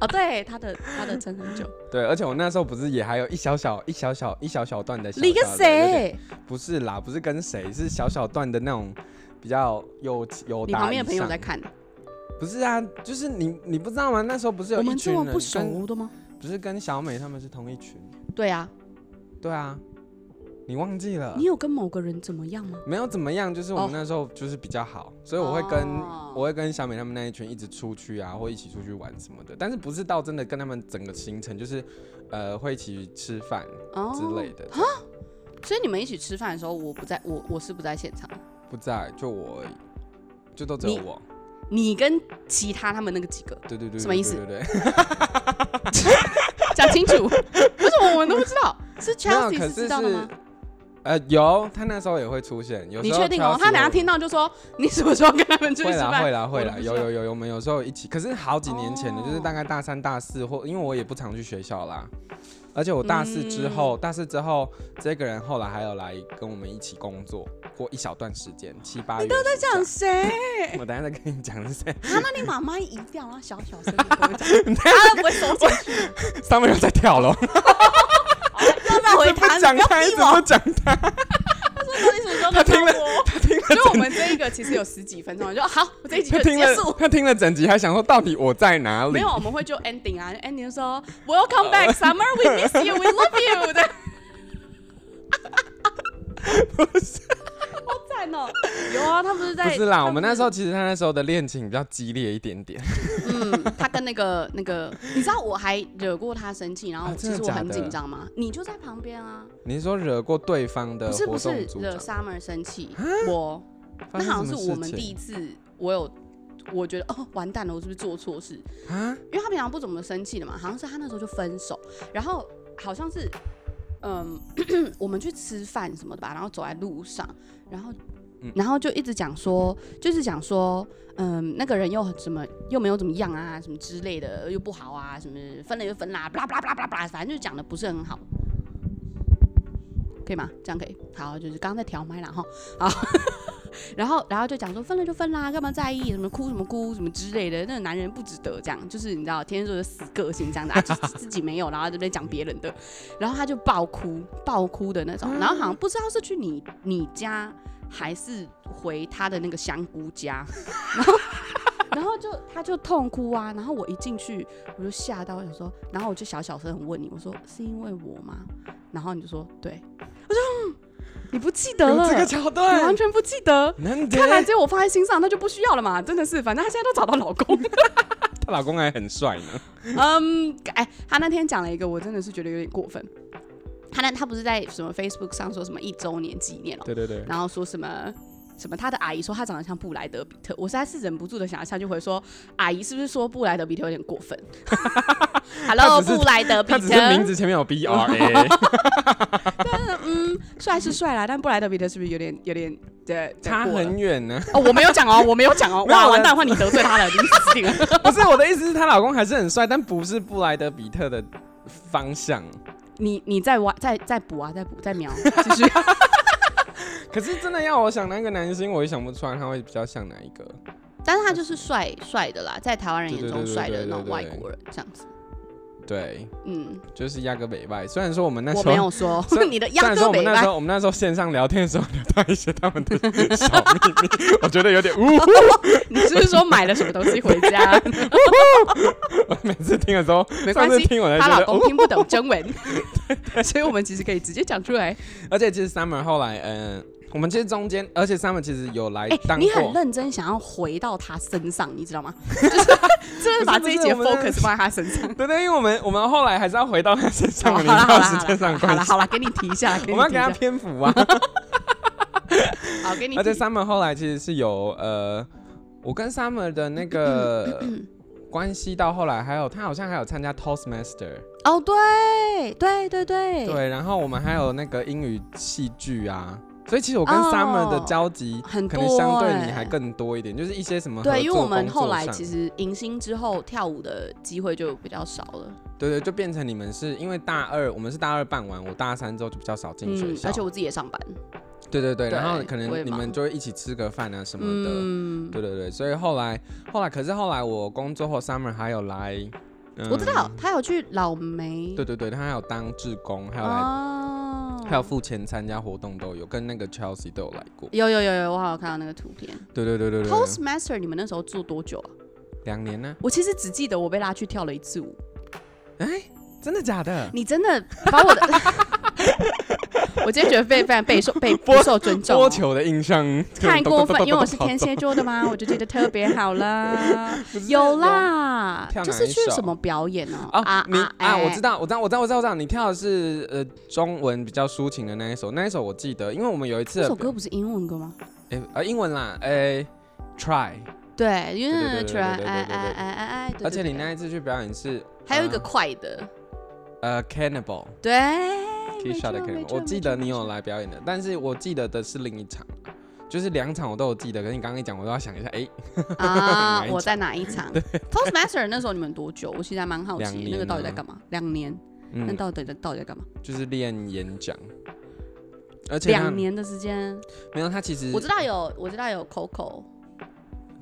[SPEAKER 3] 哦，对，他的他的真很久。
[SPEAKER 2] 对，而且我那时候不是也还有一小小一小小一小小段的小
[SPEAKER 3] 你跟
[SPEAKER 2] 小的？有点
[SPEAKER 3] 谁？
[SPEAKER 2] 不是啦，不是跟谁，是小小段的那种比较有有
[SPEAKER 3] 你
[SPEAKER 2] 达
[SPEAKER 3] 旁边
[SPEAKER 2] 以
[SPEAKER 3] 的朋友
[SPEAKER 2] 上
[SPEAKER 3] 在看，
[SPEAKER 2] 不是啊，就是你你不知道吗？那时候不是有
[SPEAKER 3] 我
[SPEAKER 2] 一
[SPEAKER 3] 们这
[SPEAKER 2] 群
[SPEAKER 3] 么
[SPEAKER 2] 人
[SPEAKER 3] 不
[SPEAKER 2] 跟
[SPEAKER 3] 熟的吗？
[SPEAKER 2] 不是跟小美他们是同一群？
[SPEAKER 3] 对啊，
[SPEAKER 2] 对啊，你忘记了？
[SPEAKER 3] 你有跟某个人怎么样吗？
[SPEAKER 2] 没有怎么样，就是我们
[SPEAKER 3] 哦
[SPEAKER 2] 那时候就是比较好，所以我会跟、
[SPEAKER 3] 哦
[SPEAKER 2] 我会跟小美他们那一群一直出去啊，或一起出去玩什么的。但是不是到真的跟他们整个行程，就是呃会一起吃饭
[SPEAKER 3] 哦
[SPEAKER 2] 之类的，
[SPEAKER 3] 所以你们一起吃饭的时候，我不在，我我是不在现场。
[SPEAKER 2] 不在就我而已，就都只有
[SPEAKER 3] 你
[SPEAKER 2] 我。
[SPEAKER 3] 你跟其他他们那个几个
[SPEAKER 2] 对对对，
[SPEAKER 3] 什么意思
[SPEAKER 2] 对对对，
[SPEAKER 3] 讲清楚，为什么我们都不知道？是
[SPEAKER 2] 没有
[SPEAKER 3] Chelsea
[SPEAKER 2] 可
[SPEAKER 3] 知
[SPEAKER 2] 是
[SPEAKER 3] 道的吗
[SPEAKER 2] 是？呃，有他那时候也会出现，有
[SPEAKER 3] 你
[SPEAKER 2] 时候
[SPEAKER 3] 确定
[SPEAKER 2] 挑
[SPEAKER 3] 哦？
[SPEAKER 2] 起
[SPEAKER 3] 他等下
[SPEAKER 2] 我
[SPEAKER 3] 听到就说你什么时候跟他 们出去
[SPEAKER 2] 会
[SPEAKER 3] 吃
[SPEAKER 2] 啦
[SPEAKER 3] 饭？
[SPEAKER 2] 会啦会
[SPEAKER 3] 我都
[SPEAKER 2] 啦，
[SPEAKER 3] 不知哦
[SPEAKER 2] 有
[SPEAKER 3] 道
[SPEAKER 2] 有有有，我们有时候一起，可是好几年前的，就是大概大三大四或，因为我也不常去学校啦。而且我大四之后，
[SPEAKER 3] 嗯
[SPEAKER 2] 大四之后，这个人后来还有来跟我们一起工作过一小段时间，七八月。你都在
[SPEAKER 3] 讲谁？
[SPEAKER 2] 我等一下再跟你讲是谁。
[SPEAKER 3] 啊，那你把麦移掉，然后小小声地 跟我讲，他不会收进去。
[SPEAKER 2] 上面有在跳楼，
[SPEAKER 3] 要不要 回他？
[SPEAKER 2] 讲
[SPEAKER 3] 你不
[SPEAKER 2] 他，
[SPEAKER 3] 要
[SPEAKER 2] 一
[SPEAKER 3] 逼
[SPEAKER 2] 直
[SPEAKER 3] 我
[SPEAKER 2] 都，讲他，
[SPEAKER 3] 说你什么时候跟
[SPEAKER 2] 听了
[SPEAKER 3] 我？
[SPEAKER 2] 他听了
[SPEAKER 3] 就我们这一个其实有十几分钟，就好，我这一集
[SPEAKER 2] 他
[SPEAKER 3] 就
[SPEAKER 2] 听
[SPEAKER 3] 结
[SPEAKER 2] 了
[SPEAKER 3] 束。
[SPEAKER 2] 他听了整集，还想说到底我在哪里
[SPEAKER 3] 没？有，我们会就 ending 啊，ending 就说 Welcome back summer, we miss you, we love you 的。好赞 哦！有啊，他不是在
[SPEAKER 2] 不是啦，
[SPEAKER 3] 他
[SPEAKER 2] 我们那
[SPEAKER 3] 是
[SPEAKER 2] 时候其实他那时候的恋情比较激烈一点点。
[SPEAKER 3] 嗯，他跟那个那个，你知道我还惹过他生气，然后
[SPEAKER 2] 啊
[SPEAKER 3] 其实
[SPEAKER 2] 真的
[SPEAKER 3] 我
[SPEAKER 2] 假的
[SPEAKER 3] 很紧张吗？你就在旁边啊，
[SPEAKER 2] 你是说惹过对方的
[SPEAKER 3] 不是不
[SPEAKER 2] 活
[SPEAKER 3] 是
[SPEAKER 2] 动组
[SPEAKER 3] 惹
[SPEAKER 2] 长？
[SPEAKER 3] Summer 生气，我
[SPEAKER 2] 发
[SPEAKER 3] 那
[SPEAKER 2] 生
[SPEAKER 3] 好像
[SPEAKER 2] 什
[SPEAKER 3] 是
[SPEAKER 2] 么
[SPEAKER 3] 我
[SPEAKER 2] 事
[SPEAKER 3] 们
[SPEAKER 2] 情
[SPEAKER 3] 第一次，我有我觉得哦完蛋了，我是不是做错事？
[SPEAKER 2] 啊，
[SPEAKER 3] 因为他平常不怎么生气的嘛，好像是他那时候就分手，然后好像是嗯 我们去吃饭什么的吧，然后走在路上，然后。
[SPEAKER 2] 嗯
[SPEAKER 3] 然后就一直讲说，就是讲说，嗯，那个人又怎么又没有怎么样啊，什么之类的，又不好啊，什么分了就分啦，巴拉巴拉巴拉巴拉巴拉，反正就讲的不是很好，可以吗？这样可以。好，就是刚刚在调麦啦哈。好，然后然后就讲说分了就分啦，干嘛在意什么哭什么哭什么之类的，那个男人不值得这样，就是你知道天蝎座的死个性这样子啊，就是自 己没有，然后这边讲别人的，然后他就爆哭爆哭的那种，然后好像不知道是去你你家还是回他的那个香菇家， 然后。然后就他就痛哭啊，然后我一进去我就吓到，我想说，然后我就小小声地问你，我说是因为我吗？然后你就说对，我就、嗯、你不记得
[SPEAKER 2] 有
[SPEAKER 3] 了，
[SPEAKER 2] 哎这个桥
[SPEAKER 3] 你完
[SPEAKER 2] 段，
[SPEAKER 3] 全不记得。
[SPEAKER 2] 难
[SPEAKER 3] 看来
[SPEAKER 2] 得
[SPEAKER 3] 只有我放在心上，那就不需要了嘛。真的是，反正她现在都找到 老公。
[SPEAKER 2] 她老公还很帅呢。
[SPEAKER 3] 嗯，哎，她那天讲了一个，我真的是觉得有点过分。她那她不是在什么 Facebook 上说什么一周年纪念哦，
[SPEAKER 2] 对对对，
[SPEAKER 3] 然后说什么什么她的阿姨说她长得像布莱德比特，我实在是忍不住的想要下去回说，阿姨是不是说布莱德比特有点过分
[SPEAKER 2] 她
[SPEAKER 3] ？Hello，
[SPEAKER 2] 只是
[SPEAKER 3] 布莱德比
[SPEAKER 2] 他只是名
[SPEAKER 3] 特，
[SPEAKER 2] 字前面有 B R A，
[SPEAKER 3] 嗯，帅是帅啦，但布莱德比特是不是有点有点对
[SPEAKER 2] 差
[SPEAKER 3] 过了
[SPEAKER 2] 很远呢。
[SPEAKER 3] 哦，我没有讲哦，我没有讲哦，
[SPEAKER 2] 没有
[SPEAKER 3] 哇，
[SPEAKER 2] 我
[SPEAKER 3] 完蛋，换你得罪他了，你死定了。
[SPEAKER 2] 不是我的意思是，她老公还是很帅，但不是布莱德比特的方向。
[SPEAKER 3] 你你再挖再再补啊，再补再瞄，继续。
[SPEAKER 2] 可是真的要我想那个男星，我也想不出来他会比较像哪一个。
[SPEAKER 3] 但是他就是帅帅的啦，在台湾人眼
[SPEAKER 2] 对对
[SPEAKER 3] 中
[SPEAKER 2] 对对
[SPEAKER 3] 帅的
[SPEAKER 2] 对对
[SPEAKER 3] 那种
[SPEAKER 2] 对
[SPEAKER 3] 外国人这样子。
[SPEAKER 2] 对，
[SPEAKER 3] 嗯，
[SPEAKER 2] 就是压个北外。虽然说我们那
[SPEAKER 3] 我
[SPEAKER 2] 时
[SPEAKER 3] 没
[SPEAKER 2] 候。
[SPEAKER 3] 有说
[SPEAKER 2] 虽然
[SPEAKER 3] 你的
[SPEAKER 2] 虽
[SPEAKER 3] 压
[SPEAKER 2] 然说
[SPEAKER 3] 根
[SPEAKER 2] 我们
[SPEAKER 3] 北
[SPEAKER 2] 那时
[SPEAKER 3] 吧。
[SPEAKER 2] 候我们那时候线上聊天的时候聊到一些他们的小秘密，我觉得有点污。
[SPEAKER 3] 你是不是说买了什么东西回 家？
[SPEAKER 2] 我每次听的时候，
[SPEAKER 3] 没
[SPEAKER 2] 上
[SPEAKER 3] 关
[SPEAKER 2] 次
[SPEAKER 3] 系，
[SPEAKER 2] 听我才
[SPEAKER 3] 她
[SPEAKER 2] 觉
[SPEAKER 3] 老
[SPEAKER 2] 得哦
[SPEAKER 3] 公听不懂 中文， 所以我们其实可以直接讲出来。
[SPEAKER 2] 而且其实 Summer 后来，嗯、我们其实中间，而且 Summer 其实有来
[SPEAKER 3] 哎
[SPEAKER 2] 当，
[SPEAKER 3] 你
[SPEAKER 2] 过，
[SPEAKER 3] 很认真想要回到他身上，你 知道吗？就是就是把这一节
[SPEAKER 2] 不是我们
[SPEAKER 3] focus 放在他身上。
[SPEAKER 2] 对对，因为我们我们后来还是要回到他身 上
[SPEAKER 3] 好
[SPEAKER 2] 嘛，
[SPEAKER 3] 了
[SPEAKER 2] 你
[SPEAKER 3] 好
[SPEAKER 2] 知
[SPEAKER 3] 了
[SPEAKER 2] 道
[SPEAKER 3] 好了
[SPEAKER 2] 时
[SPEAKER 3] 好
[SPEAKER 2] 间上
[SPEAKER 3] 了
[SPEAKER 2] 的关
[SPEAKER 3] 好
[SPEAKER 2] 系
[SPEAKER 3] 了，好了，给你提一下，给
[SPEAKER 2] 我
[SPEAKER 3] 你
[SPEAKER 2] 们要
[SPEAKER 3] 提
[SPEAKER 2] 给
[SPEAKER 3] 一
[SPEAKER 2] 他篇
[SPEAKER 3] 下，
[SPEAKER 2] 幅啊。
[SPEAKER 3] 好 给你
[SPEAKER 2] 而且
[SPEAKER 3] 提。
[SPEAKER 2] Summer 后来其实是有呃，我跟 Summer 的那
[SPEAKER 3] 嗯
[SPEAKER 2] 个关系到后来还有他好像还有参加 Toastmaster，
[SPEAKER 3] 哦，对对对对，
[SPEAKER 2] 对，然后我们还有那个英语戏剧啊。所以其实我跟
[SPEAKER 3] 哦
[SPEAKER 2] Summer 的交集，
[SPEAKER 3] 很
[SPEAKER 2] 可能相对
[SPEAKER 3] 多
[SPEAKER 2] 你还
[SPEAKER 3] 欸
[SPEAKER 2] 更多一点，就是一些什么合
[SPEAKER 3] 对，因为
[SPEAKER 2] 作
[SPEAKER 3] 我们
[SPEAKER 2] 工
[SPEAKER 3] 后
[SPEAKER 2] 作
[SPEAKER 3] 来
[SPEAKER 2] 上
[SPEAKER 3] 其实迎新之后跳舞的机会就比较少了，
[SPEAKER 2] 对对，就变成你们是因为大二，我们是大二办完，我大三之后就比较少进学校，
[SPEAKER 3] 嗯而且我自己也上班，
[SPEAKER 2] 对对对，
[SPEAKER 3] 对
[SPEAKER 2] 然后可
[SPEAKER 3] 我也
[SPEAKER 2] 能你
[SPEAKER 3] 忙
[SPEAKER 2] 们就会一起吃个饭啊什么的，
[SPEAKER 3] 嗯，
[SPEAKER 2] 对对对，所以后来后来可是后来我工作后，Summer 还有来，嗯
[SPEAKER 3] 我知道他有去老梅，
[SPEAKER 2] 对对对，他还有当志工，还有来，
[SPEAKER 3] 哦，
[SPEAKER 2] 还有付钱参加活动都有，跟那个 Chelsea 都有来过，
[SPEAKER 3] 有有有有，我好像看到那个图片。
[SPEAKER 2] 对对对对啊对，
[SPEAKER 3] Toastmaster，你们那时候做多久啊？
[SPEAKER 2] 两年呢、
[SPEAKER 3] 我其实只记得我被拉去跳了一次舞，
[SPEAKER 2] 真的假的？
[SPEAKER 3] 你真的把 我的，我今天觉得被非常备受被不受尊重、
[SPEAKER 2] 播
[SPEAKER 3] 哦。
[SPEAKER 2] 球的印象
[SPEAKER 3] 太过分，因为我是天，
[SPEAKER 2] 咚咚咚咚咚咚咚咚
[SPEAKER 3] 蝎座的嘛，我就觉得特别好啦。
[SPEAKER 2] 不 是啊
[SPEAKER 3] 有啦
[SPEAKER 2] 跳，哪
[SPEAKER 3] 就是
[SPEAKER 2] 一
[SPEAKER 3] 去
[SPEAKER 2] 首
[SPEAKER 3] 什么表演呢？
[SPEAKER 2] 哦，你啊，我知
[SPEAKER 3] 道。
[SPEAKER 2] 道，我知道，我知道，我知道，我知道，你跳的是呃中文比较抒情的那一首，那一首我记得，因为我们有一次
[SPEAKER 3] 这
[SPEAKER 2] 的
[SPEAKER 3] 首歌不是英文歌吗？
[SPEAKER 2] 诶呃英文啦，诶 try，
[SPEAKER 3] 对，因为
[SPEAKER 2] 对对对对对
[SPEAKER 3] 突然
[SPEAKER 2] 对对
[SPEAKER 3] 哎哎
[SPEAKER 2] 对
[SPEAKER 3] 哎哎哎哎，对
[SPEAKER 2] 而且
[SPEAKER 3] 对
[SPEAKER 2] 你
[SPEAKER 3] 对
[SPEAKER 2] 那一次去表演是
[SPEAKER 3] 还有一个快的，
[SPEAKER 2] 呃呃 cannibal，
[SPEAKER 3] 对，
[SPEAKER 2] Tisha 的
[SPEAKER 3] 哎没错
[SPEAKER 2] Camera，
[SPEAKER 3] 没错
[SPEAKER 2] 我记得
[SPEAKER 3] 没错
[SPEAKER 2] 你有来表演的，但是我记得的是另一场，就是两场我都有记得，可是你刚刚一讲，我都要想一下，哎、
[SPEAKER 3] 啊
[SPEAKER 2] 哪一！
[SPEAKER 3] 我在哪 一场？Toastmaster 那时候你们多久？我其实还蛮好
[SPEAKER 2] 两
[SPEAKER 3] 奇
[SPEAKER 2] 年
[SPEAKER 3] 那个到底在
[SPEAKER 2] 啊
[SPEAKER 3] 干嘛。两年，那
[SPEAKER 2] 嗯，
[SPEAKER 3] 到底在到底在干嘛？
[SPEAKER 2] 就是练演讲，而且他
[SPEAKER 3] 两年的时间，
[SPEAKER 2] 没有他其实
[SPEAKER 3] 我知道有，我知道有 Coco，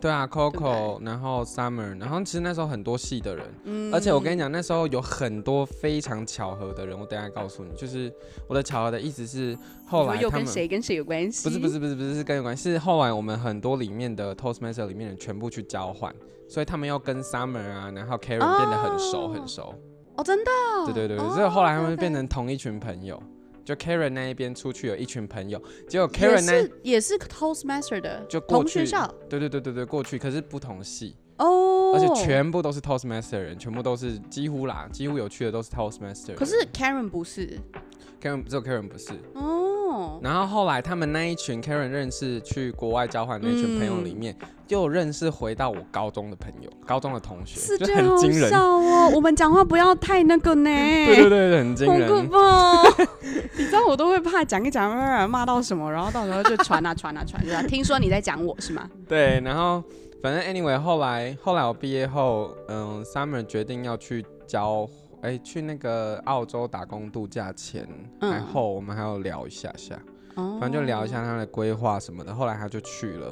[SPEAKER 2] 对啊
[SPEAKER 3] 不对
[SPEAKER 2] ，Coco，然后 Summer，然后其实那时候很多戏的人，
[SPEAKER 3] 嗯
[SPEAKER 2] 而且我跟你讲，那时候有很多非常巧合的人，我等一下告诉你，就是我的巧合的意思是后
[SPEAKER 3] 你
[SPEAKER 2] 来
[SPEAKER 3] 说又
[SPEAKER 2] 他
[SPEAKER 3] 跟
[SPEAKER 2] 们。
[SPEAKER 3] 谁跟谁有关系？
[SPEAKER 2] 不是不，是不是不是是跟有关系，是后来我们很多里面的 Toastmaster 里面人全部去交换，所以他们要跟 Summer 啊，然后 Karen 变得很熟
[SPEAKER 3] 哦
[SPEAKER 2] 很熟。
[SPEAKER 3] 哦，真的
[SPEAKER 2] 对对对，
[SPEAKER 3] 哦
[SPEAKER 2] 所以后来他
[SPEAKER 3] OK，OK
[SPEAKER 2] 们变成同一群朋友。就 Karen 那一边出去有一群朋友，结果
[SPEAKER 3] 也
[SPEAKER 2] Karen 那
[SPEAKER 3] 是也是 Toastmaster 的，
[SPEAKER 2] 就过
[SPEAKER 3] 同学
[SPEAKER 2] 去
[SPEAKER 3] 校
[SPEAKER 2] 对对对对对过去，可是不同系，
[SPEAKER 3] 哦，
[SPEAKER 2] 而且。全部都是 Toastmaster 的人，全部都是几乎啦，几乎有去的都是 Toastmaster 的人。
[SPEAKER 3] 可是 Karen 不是
[SPEAKER 2] Karen 只有 Karen 不是，
[SPEAKER 3] 哦，
[SPEAKER 2] 然后后来他们那一群 Karen 认识去国外交换那群朋友里面，
[SPEAKER 3] 嗯
[SPEAKER 2] 又有认识回到我高中的朋友，高中的同学，
[SPEAKER 3] 是
[SPEAKER 2] 就
[SPEAKER 3] 这
[SPEAKER 2] 很
[SPEAKER 3] 好
[SPEAKER 2] 惊人
[SPEAKER 3] 少。哦。我们讲话不要太那个呢，
[SPEAKER 2] 对对对对，很惊
[SPEAKER 3] 好
[SPEAKER 2] 人。
[SPEAKER 3] 可怕、哦！ 你知道我都会怕讲一讲，骂骂到什么，然后到时候就传啊传啊传，对吧？听说你在讲我是吗？
[SPEAKER 2] 对，然后反正 anyway，后来后来我毕业后，嗯，Summer 决定要去交，哎，去那个澳洲打工度假前，
[SPEAKER 3] 嗯
[SPEAKER 2] 然后我们还有聊一下下，
[SPEAKER 3] 哦
[SPEAKER 2] 反正就聊一下他的规划什么的。后来他就去了，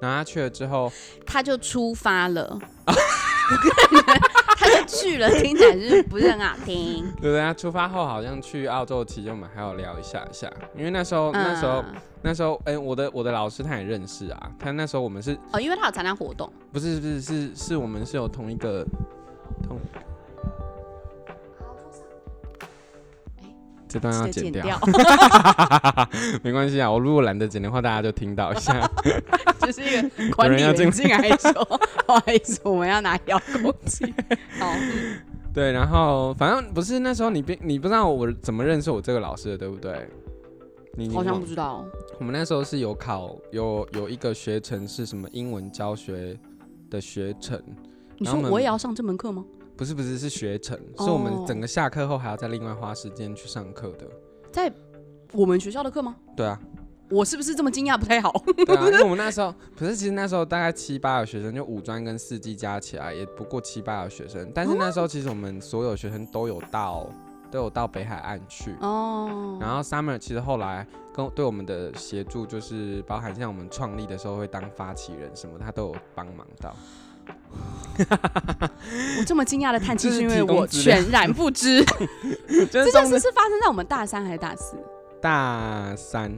[SPEAKER 2] 然后他去了之后，
[SPEAKER 3] 他就出发了，我感觉他就去了，听起来就是不是很好 听。
[SPEAKER 2] 对对，他出发后好像去澳洲期间，我们还有聊一下下，因为那时候、那时候
[SPEAKER 3] 嗯
[SPEAKER 2] 那时候，哎、我的我的老师他也认识啊，他那时候我们是
[SPEAKER 3] 哦，因为他有参加活动，
[SPEAKER 2] 不是不是是是我们是有同一个同。这段要
[SPEAKER 3] 记得
[SPEAKER 2] 剪
[SPEAKER 3] 剪
[SPEAKER 2] 掉，
[SPEAKER 3] 掉
[SPEAKER 2] 没关系啊。我如果懒得剪的话，大家就听到一下。
[SPEAKER 3] 就是一个管理
[SPEAKER 2] 有人要进
[SPEAKER 3] 员进来说， 不好意思，我们要拿遥控器。哦好，
[SPEAKER 2] 对，然后反正不是那时候你并你不知道我怎么认识我这个老师的，对不对？ 你
[SPEAKER 3] 好像
[SPEAKER 2] 我
[SPEAKER 3] 不知道哦
[SPEAKER 2] 我们那时候是有考有有一个学程是什么英文教学的学程，
[SPEAKER 3] 你
[SPEAKER 2] 然后
[SPEAKER 3] 说
[SPEAKER 2] 我们
[SPEAKER 3] 我也要上这门课吗？
[SPEAKER 2] 不是不是是学程，是我们
[SPEAKER 3] 哦
[SPEAKER 2] 整个下课后还要再另外花时间去上课的。
[SPEAKER 3] 在我们学校的课吗？
[SPEAKER 2] 对 啊，
[SPEAKER 3] 我是不是这么惊讶不太好？
[SPEAKER 2] 对啊，因为我们那时候，可是其实那时候大概七八个学生，就五专跟四技加起来也不过七八个学生。但是那时
[SPEAKER 3] 哦
[SPEAKER 2] 候其实我们所有学生都有到，都有到北海岸去。
[SPEAKER 3] 哦，
[SPEAKER 2] 然后 Summer 其实后来跟对我们的协助，就是包含像我们创立的时候会当发起人什么，他都有帮忙到。
[SPEAKER 3] 我这么惊讶的叹气
[SPEAKER 2] 这是
[SPEAKER 3] 是因为
[SPEAKER 2] 提供
[SPEAKER 3] 我
[SPEAKER 2] 资料
[SPEAKER 3] 全然 不知
[SPEAKER 2] 就
[SPEAKER 3] 这
[SPEAKER 2] 是
[SPEAKER 3] 件
[SPEAKER 2] 中
[SPEAKER 3] 事是发生在我们大三还是大四？
[SPEAKER 2] 大 三，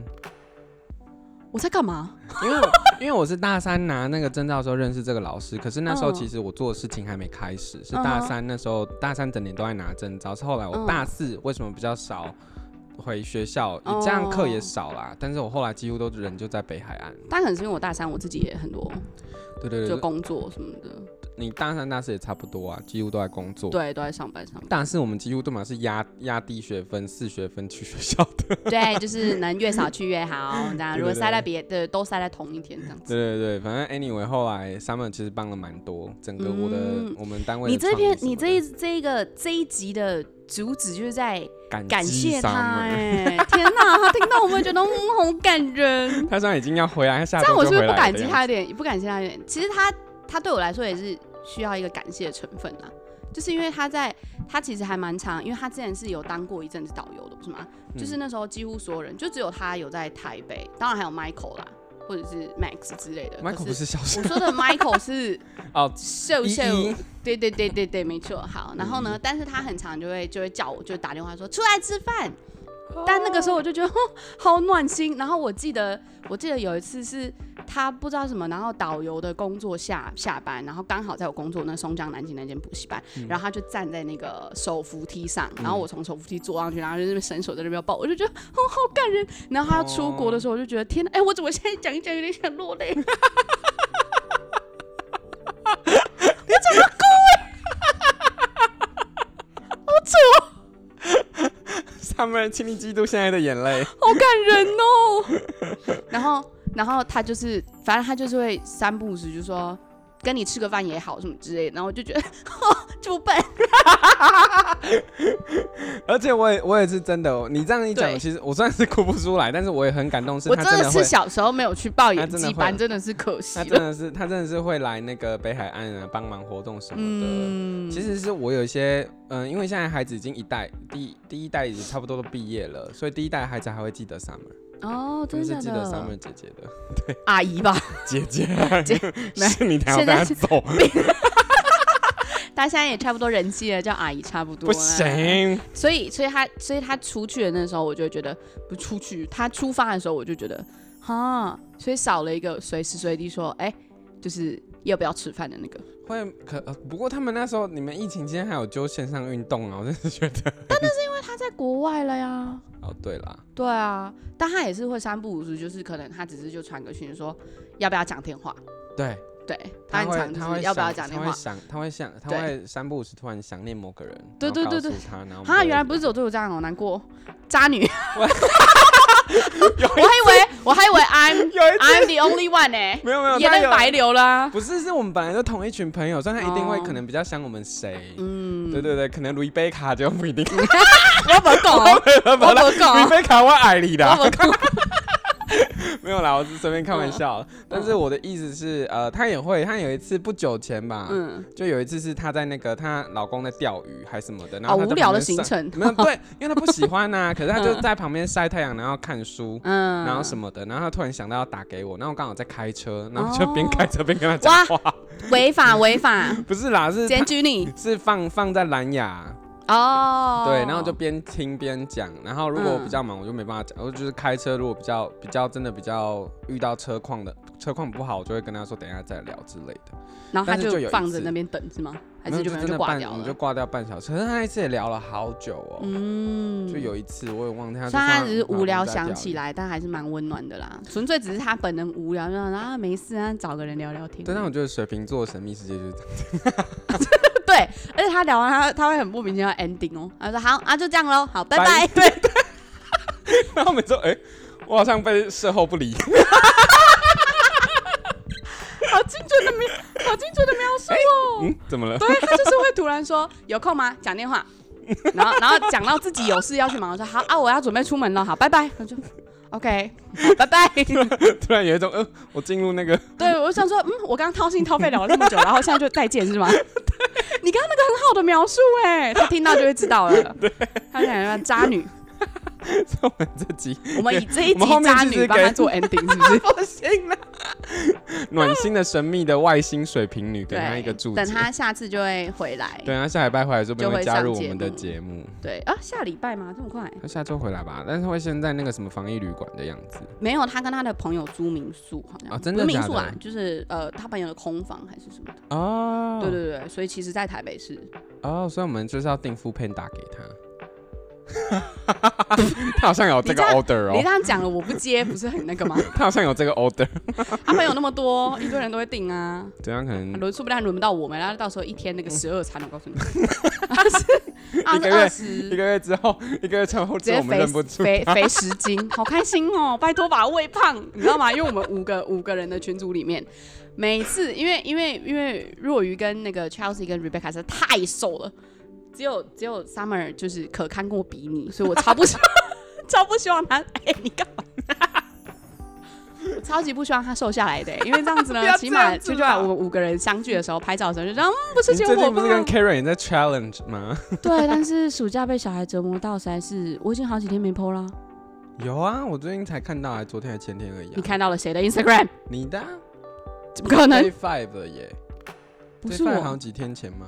[SPEAKER 3] 我在干嘛？
[SPEAKER 2] 因为我因为我是大三拿那个证照的时候认识这个老师，可是那时候
[SPEAKER 3] 嗯
[SPEAKER 2] 其实我做的事情还没开始，是大三那时候大三整年都在拿证照，是后来我
[SPEAKER 3] 嗯
[SPEAKER 2] 大四为什么比较少回学校，你这样课也少啦，但是我后来几乎都人就在北海岸，
[SPEAKER 3] 但可能是因为我大三我自己也很多
[SPEAKER 2] 对对
[SPEAKER 3] 就
[SPEAKER 2] 对，
[SPEAKER 3] 工作什么的，
[SPEAKER 2] 你大三大四也差不多啊，几乎都在工作。
[SPEAKER 3] 对，都在上班上班。
[SPEAKER 2] 大四我们几乎都嘛是压压低学分、四学分去学校 的，
[SPEAKER 3] 对，就是能越少去越好，这样
[SPEAKER 2] 对
[SPEAKER 3] 如
[SPEAKER 2] 对
[SPEAKER 3] 果塞
[SPEAKER 2] 对
[SPEAKER 3] 在别的都塞在同一天这样子。
[SPEAKER 2] 对对对，反正 anyway 后来 Summer 其实帮了蛮多，整个我的、
[SPEAKER 3] 嗯
[SPEAKER 2] 我们单位的
[SPEAKER 3] 你这
[SPEAKER 2] 创意
[SPEAKER 3] 篇
[SPEAKER 2] 什么
[SPEAKER 3] 你
[SPEAKER 2] 的
[SPEAKER 3] 这一这一个这一集的主旨就是在
[SPEAKER 2] 感
[SPEAKER 3] 感
[SPEAKER 2] 激
[SPEAKER 3] 谢他
[SPEAKER 2] Summer
[SPEAKER 3] 哎、天哪，他听到我们觉得嗯好感人。
[SPEAKER 2] 他虽然已经要回来，他下
[SPEAKER 3] 这样
[SPEAKER 2] 周
[SPEAKER 3] 我
[SPEAKER 2] 就是
[SPEAKER 3] 不
[SPEAKER 2] 回
[SPEAKER 3] 是
[SPEAKER 2] 来
[SPEAKER 3] 不
[SPEAKER 2] 了
[SPEAKER 3] 感激他有点，不感谢他有点？其实他他对我来说也是需要一个感谢的成分啊，就是因为他在他其实还蛮长，因为他之前是有当过一阵子导游的，不是吗？
[SPEAKER 2] 嗯
[SPEAKER 3] 就是那时候几乎所有人，就只有他有在台北，当然还有 Michael 啦，或者是 Max 之类的。
[SPEAKER 2] Michael
[SPEAKER 3] 可
[SPEAKER 2] 不
[SPEAKER 3] 是
[SPEAKER 2] 是小
[SPEAKER 3] 我
[SPEAKER 2] 生
[SPEAKER 3] 说的 Michael 是
[SPEAKER 2] 哦，
[SPEAKER 3] 秀
[SPEAKER 2] 依
[SPEAKER 3] 秀
[SPEAKER 2] 依，
[SPEAKER 3] 对对对对对，没错。好，然后呢，但是他很常就会就会叫我，就打电话说出来吃饭。但那个时候我就觉得 哦，好暖心。然后我记得我记得有一次是他不知道什么，然后导游的工作下下班，然后刚好在我工作那松江南京那间补习班，然后他就站在那个手扶梯上，然后我从手扶梯坐上去，然后就那边伸手在那边抱，我就觉得哦，好感人。然后他要出国的时候，我就觉得天哪，哎，我怎么现在讲一讲有点想落泪？
[SPEAKER 2] Summer，请你嫉妒现在的眼 泪。
[SPEAKER 3] 好感人 哦。然后，然后他就是，反正他就是会三不五时就说：“跟你吃个饭也好什么之类的，然后我就觉得 哦这么笨，
[SPEAKER 2] 而且我也我也是真的哦，你这样一讲，
[SPEAKER 3] 对
[SPEAKER 2] 其实我虽然是哭不出来，但是我也很感动，是
[SPEAKER 3] 我
[SPEAKER 2] 他
[SPEAKER 3] 真
[SPEAKER 2] 真
[SPEAKER 3] 的
[SPEAKER 2] 的会
[SPEAKER 3] 是，小时候没有去报演
[SPEAKER 2] 他
[SPEAKER 3] 技
[SPEAKER 2] 真的
[SPEAKER 3] 班，
[SPEAKER 2] 会
[SPEAKER 3] 真的是可惜
[SPEAKER 2] 他真
[SPEAKER 3] 了。
[SPEAKER 2] 的是他真的是会来那个北海岸啊帮忙活动什么的。
[SPEAKER 3] 嗯，
[SPEAKER 2] 其实是我有一些，嗯、因为现在孩子已经一代，第第一代已经差不多都毕业了，所以第一代孩子还会记得 Summer，
[SPEAKER 3] 哦，
[SPEAKER 2] 他们
[SPEAKER 3] 真
[SPEAKER 2] 是
[SPEAKER 3] 的
[SPEAKER 2] 记得 Summer 姐姐 的
[SPEAKER 3] 阿姨吧，
[SPEAKER 2] 姐姐，
[SPEAKER 3] 姐
[SPEAKER 2] 是你还要
[SPEAKER 3] 现
[SPEAKER 2] 带她
[SPEAKER 3] 在是 啊
[SPEAKER 2] 走，
[SPEAKER 3] 大家现在也差不多人气了，叫阿姨差不多。
[SPEAKER 2] 不。行，
[SPEAKER 3] 所以，所以他，所以他出去的那时候，我就会觉得不出去。他出发的时候，我就觉得哈，所以少了一个随时随地说，哎、就是要不要吃饭的那个。
[SPEAKER 2] 会可、呃不过他们那时候你们疫情期间还有揪线上运动啊，我真是觉得，
[SPEAKER 3] 他在国外了呀，
[SPEAKER 2] 哦对啦，
[SPEAKER 3] 对啊，但他也是会三不五时，就是可能他只是就传个讯说要不要讲电话，
[SPEAKER 2] 对，
[SPEAKER 3] 对，
[SPEAKER 2] 他
[SPEAKER 3] 很
[SPEAKER 2] 会
[SPEAKER 3] 常
[SPEAKER 2] 他
[SPEAKER 3] 就
[SPEAKER 2] 会
[SPEAKER 3] 是要不要
[SPEAKER 2] 想
[SPEAKER 3] 讲电
[SPEAKER 2] 他会
[SPEAKER 3] 话。
[SPEAKER 2] 想他会想他
[SPEAKER 3] 对
[SPEAKER 2] 会三不五时突然想念某个人，然
[SPEAKER 3] 对
[SPEAKER 2] 后
[SPEAKER 3] 对对
[SPEAKER 2] 告诉
[SPEAKER 3] 对
[SPEAKER 2] 他，然后
[SPEAKER 3] 哈，
[SPEAKER 2] 我
[SPEAKER 3] 原来
[SPEAKER 2] 们
[SPEAKER 3] 不是只有对我这样哦，难过，渣 女。
[SPEAKER 2] 有
[SPEAKER 3] 我还以为我还以为 I'm
[SPEAKER 2] 有一
[SPEAKER 3] I'm the only one 呢、
[SPEAKER 2] 没有没有
[SPEAKER 3] 眼
[SPEAKER 2] 他
[SPEAKER 3] 泪
[SPEAKER 2] 有
[SPEAKER 3] 白流啦、
[SPEAKER 2] 不是是我们本来就同一群朋友，所以他一定会
[SPEAKER 3] 哦
[SPEAKER 2] 可能比较想我们谁，
[SPEAKER 3] 嗯，
[SPEAKER 2] 对对对，可能卢贝卡就不一定。
[SPEAKER 3] 我不讲，我
[SPEAKER 2] 我
[SPEAKER 3] 不
[SPEAKER 2] 你
[SPEAKER 3] 讲，
[SPEAKER 2] 别卡 我矮你的啊，
[SPEAKER 3] 我不讲。
[SPEAKER 2] 没有啦，我是随便开玩
[SPEAKER 3] 哦
[SPEAKER 2] 笑。但是我的意思是，呃，她也会，她有一次不久前吧，
[SPEAKER 3] 嗯，
[SPEAKER 2] 就有一次是她在那个她老公在钓鱼还什么的，然
[SPEAKER 3] 好
[SPEAKER 2] 后她在
[SPEAKER 3] 哦无聊
[SPEAKER 2] 旁
[SPEAKER 3] 的
[SPEAKER 2] 边
[SPEAKER 3] 行
[SPEAKER 2] 晒，
[SPEAKER 3] 程。
[SPEAKER 2] 没有对，因为她不喜欢 呐、可是她就
[SPEAKER 3] 嗯
[SPEAKER 2] 在旁边晒太阳，然后看书。
[SPEAKER 3] 嗯，
[SPEAKER 2] 然后什
[SPEAKER 3] 么？
[SPEAKER 2] 么的，然后她突然想到要打给我，然后我刚好在开车，然后就边开车边跟她讲
[SPEAKER 3] 哦哇
[SPEAKER 2] 话，
[SPEAKER 3] 违法违法，
[SPEAKER 2] 不是啦，是
[SPEAKER 3] 检举你
[SPEAKER 2] 是放放在蓝牙，
[SPEAKER 3] 哦。
[SPEAKER 2] 对，然后就边听边讲，然后如果我
[SPEAKER 3] 嗯
[SPEAKER 2] 比较忙，我就没办法讲，我就是开车，如果比较比较真的比较遇到车况的车况不好，我就会跟他说等一下再聊之类的，
[SPEAKER 3] 然后他
[SPEAKER 2] 但是就有一
[SPEAKER 3] 就放着
[SPEAKER 2] 次
[SPEAKER 3] 那边等是吗？还
[SPEAKER 2] 没
[SPEAKER 3] 是
[SPEAKER 2] 有就
[SPEAKER 3] 没有
[SPEAKER 2] 真的
[SPEAKER 3] 挂
[SPEAKER 2] 半
[SPEAKER 3] 掉
[SPEAKER 2] 我们
[SPEAKER 3] 了
[SPEAKER 2] 就？挂掉半小时，可是他那一次也聊了好久哦，
[SPEAKER 3] 嗯，
[SPEAKER 2] 就有一次我也忘记他是
[SPEAKER 3] 虽然他只是
[SPEAKER 2] 放
[SPEAKER 3] 无聊想起。
[SPEAKER 2] 放在钓鱼
[SPEAKER 3] 来，但还是蛮温暖的啦。纯粹只是他本人无聊，然后啊没事啊，找个人聊聊天。
[SPEAKER 2] 对，但我觉得水瓶座的神秘世界就是这样，
[SPEAKER 3] 对，而且他聊完他他会很莫名其妙 ending 哦，他说好啊就这样喽，好拜
[SPEAKER 2] 拜
[SPEAKER 3] 拜。 对，
[SPEAKER 2] 然后我们说，哎、我好像被事后不理，
[SPEAKER 3] 好精准的描，好精准的描述哦。
[SPEAKER 2] 嗯，怎么了？
[SPEAKER 3] 对他就是会突然说有空吗？讲电话，然后然后讲到自己有事要去忙，我说好啊我要准备出门了，好拜拜。我就 OK，好拜拜。
[SPEAKER 2] 突然有一种，呃，我进入那个，
[SPEAKER 3] 对，我就想说，嗯，我刚刚掏心掏肺聊了这么久，然后现在就再见是吗？ 你刚刚那个很好的描述哎、他听到就会知 道了。他想要渣女，
[SPEAKER 2] 我们自己
[SPEAKER 3] 我们以这一
[SPEAKER 2] 我们
[SPEAKER 3] 集
[SPEAKER 2] 后面
[SPEAKER 3] 渣
[SPEAKER 2] 其实
[SPEAKER 3] 女帮他
[SPEAKER 2] 给
[SPEAKER 3] 做 ending 是不是？
[SPEAKER 2] 不行了。暖心的、神秘的外星水瓶 女，给她
[SPEAKER 3] 对，
[SPEAKER 2] 一个注解。
[SPEAKER 3] 等他下次就会回来。
[SPEAKER 2] 对她下礼拜回来之后，
[SPEAKER 3] 就
[SPEAKER 2] 便
[SPEAKER 3] 会
[SPEAKER 2] 会加入我
[SPEAKER 3] 上节
[SPEAKER 2] 们的
[SPEAKER 3] 目
[SPEAKER 2] 节目。
[SPEAKER 3] 对啊，下礼拜吗？这么快？
[SPEAKER 2] 她下周回来吧，但是会先在那个什么防疫旅馆的样子。
[SPEAKER 3] 没有，他跟他的朋友租民宿，好像
[SPEAKER 2] 啊真的
[SPEAKER 3] 不是民
[SPEAKER 2] 假
[SPEAKER 3] 宿啦
[SPEAKER 2] 的，
[SPEAKER 3] 就是呃他朋友的空房还是什么的。
[SPEAKER 2] 哦，
[SPEAKER 3] 对对对，所以其实，在台北市，
[SPEAKER 2] 哦，所以我们就是要订副片打给她。 她好像有这个
[SPEAKER 3] 你
[SPEAKER 2] order
[SPEAKER 3] 你
[SPEAKER 2] 哦
[SPEAKER 3] 这，样讲了，我不接，不是很那个吗？
[SPEAKER 2] 她好像有这个 order。
[SPEAKER 3] 他朋友那么多，一堆人都会订啊。
[SPEAKER 2] 对啊，可能
[SPEAKER 3] 轮说不定还轮不到我们，然后到时候一天那个十二餐，我告 诉你，
[SPEAKER 2] 一个月嗯
[SPEAKER 3] 二十二
[SPEAKER 2] 一个
[SPEAKER 3] 十，
[SPEAKER 2] 月之后，一个月之后，
[SPEAKER 3] 直
[SPEAKER 2] 之后
[SPEAKER 3] 接
[SPEAKER 2] 我们
[SPEAKER 3] 肥
[SPEAKER 2] 认不出。
[SPEAKER 3] 肥肥十斤，好开心哦！拜托把我喂胖，你知道吗？因为我们五个五个人的群组里面，每次因为因为因为若愚跟那个 Chelsea 跟 Rebecca 实在太瘦了，只有只有 Summer 就是可堪跟我比拟，所以我超不希 超不希望他，哎、你干嘛？ 我超级不希望他瘦下来的、欸因为这样
[SPEAKER 2] 不
[SPEAKER 3] 子呢
[SPEAKER 2] 要，
[SPEAKER 3] 起
[SPEAKER 2] 这样
[SPEAKER 3] 码
[SPEAKER 2] 子
[SPEAKER 3] 就就把
[SPEAKER 2] 啦
[SPEAKER 3] 我们五个人相聚的时候拍照的时候，就这样，嗯，不是
[SPEAKER 2] 你
[SPEAKER 3] 只有
[SPEAKER 2] 最
[SPEAKER 3] 我
[SPEAKER 2] 近不
[SPEAKER 3] 胖
[SPEAKER 2] 是跟 Karen 也在 challenge 吗？
[SPEAKER 3] 对，但是暑假被小孩折磨到，实在是我已经好几天没 PO 啦。
[SPEAKER 2] 有啊，我最近才看到，昨天还前天而已啊。
[SPEAKER 3] 你看到了谁的 Instagram？
[SPEAKER 2] 你的啊
[SPEAKER 3] 怎 么可
[SPEAKER 2] Day
[SPEAKER 3] 能？
[SPEAKER 2] five 了耶，
[SPEAKER 3] 不
[SPEAKER 2] Day
[SPEAKER 3] 是
[SPEAKER 2] five 好像
[SPEAKER 3] 我，
[SPEAKER 2] 几天前吗？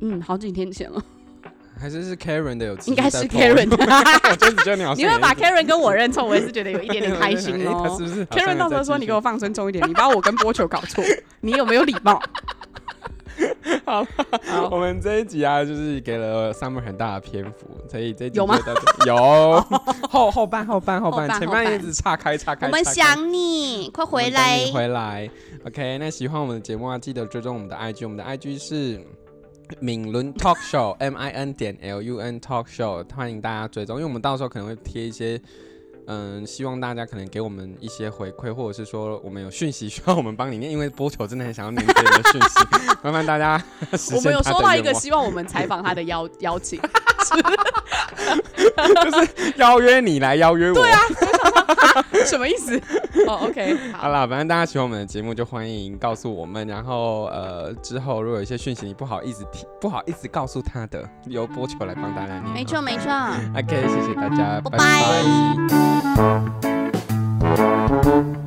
[SPEAKER 3] 嗯，好几天前了，
[SPEAKER 2] 还是是 Karen 的有持续
[SPEAKER 3] 应该
[SPEAKER 2] 在
[SPEAKER 3] 是
[SPEAKER 2] follow
[SPEAKER 3] Karen
[SPEAKER 2] 你我真的觉得你好像
[SPEAKER 3] 你会把
[SPEAKER 2] 有一
[SPEAKER 3] Karen 跟我认错，我也是觉得有一点
[SPEAKER 2] 点
[SPEAKER 3] 点开心
[SPEAKER 2] 哎 他
[SPEAKER 3] 哦
[SPEAKER 2] 是。不是好像有
[SPEAKER 3] Karen 到时候
[SPEAKER 2] 在
[SPEAKER 3] 说
[SPEAKER 2] 继续
[SPEAKER 3] 你给 我放尊重一点，你把我跟波球搞错，你有没有礼貌？
[SPEAKER 2] 好了
[SPEAKER 3] 好
[SPEAKER 2] 我们这一集啊，就是给了 Summer 很大的篇幅，所以这一集
[SPEAKER 3] 有吗
[SPEAKER 2] 就到这？ 有后后半后半后
[SPEAKER 3] 后
[SPEAKER 2] 半，
[SPEAKER 3] 半
[SPEAKER 2] 前
[SPEAKER 3] 后
[SPEAKER 2] 半一
[SPEAKER 3] 半
[SPEAKER 2] 直岔开岔开。
[SPEAKER 3] 我们
[SPEAKER 2] 岔开
[SPEAKER 3] 想你，快
[SPEAKER 2] 我
[SPEAKER 3] 回
[SPEAKER 2] 们等
[SPEAKER 3] 来
[SPEAKER 2] 你！回来。OK，那喜欢我们的节目啊，记得追踪我们的 IG，我们的 IG 是。敏伦 Talk Show M I N 点 L U N Talk Show，欢迎大家追踪，因为我们到时候可能会贴一些嗯，希望大家可能给我们一些回馈，或者是说我们有讯息需要我们帮你念，因为播球真的很想要念别人的讯息， 麻烦大家实
[SPEAKER 3] 我
[SPEAKER 2] 现
[SPEAKER 3] 们有
[SPEAKER 2] 他
[SPEAKER 3] 收
[SPEAKER 2] 的
[SPEAKER 3] 到一
[SPEAKER 2] 愿
[SPEAKER 3] 个
[SPEAKER 2] 望
[SPEAKER 3] 希望我们采访他的邀邀 请，
[SPEAKER 2] 邀约你来邀约我。对啊，
[SPEAKER 3] 什么意思？哦，OK，
[SPEAKER 2] 好
[SPEAKER 3] 好，
[SPEAKER 2] 啦，反正大家喜欢我们的节目就欢迎告诉我们，然后呃之后如果有一些讯息你不好意思提、不好意思告诉他的，由播球来帮大家念。哦
[SPEAKER 3] 没错没错。
[SPEAKER 2] 嗯 OK，谢谢大家，
[SPEAKER 1] 拜
[SPEAKER 2] 拜拜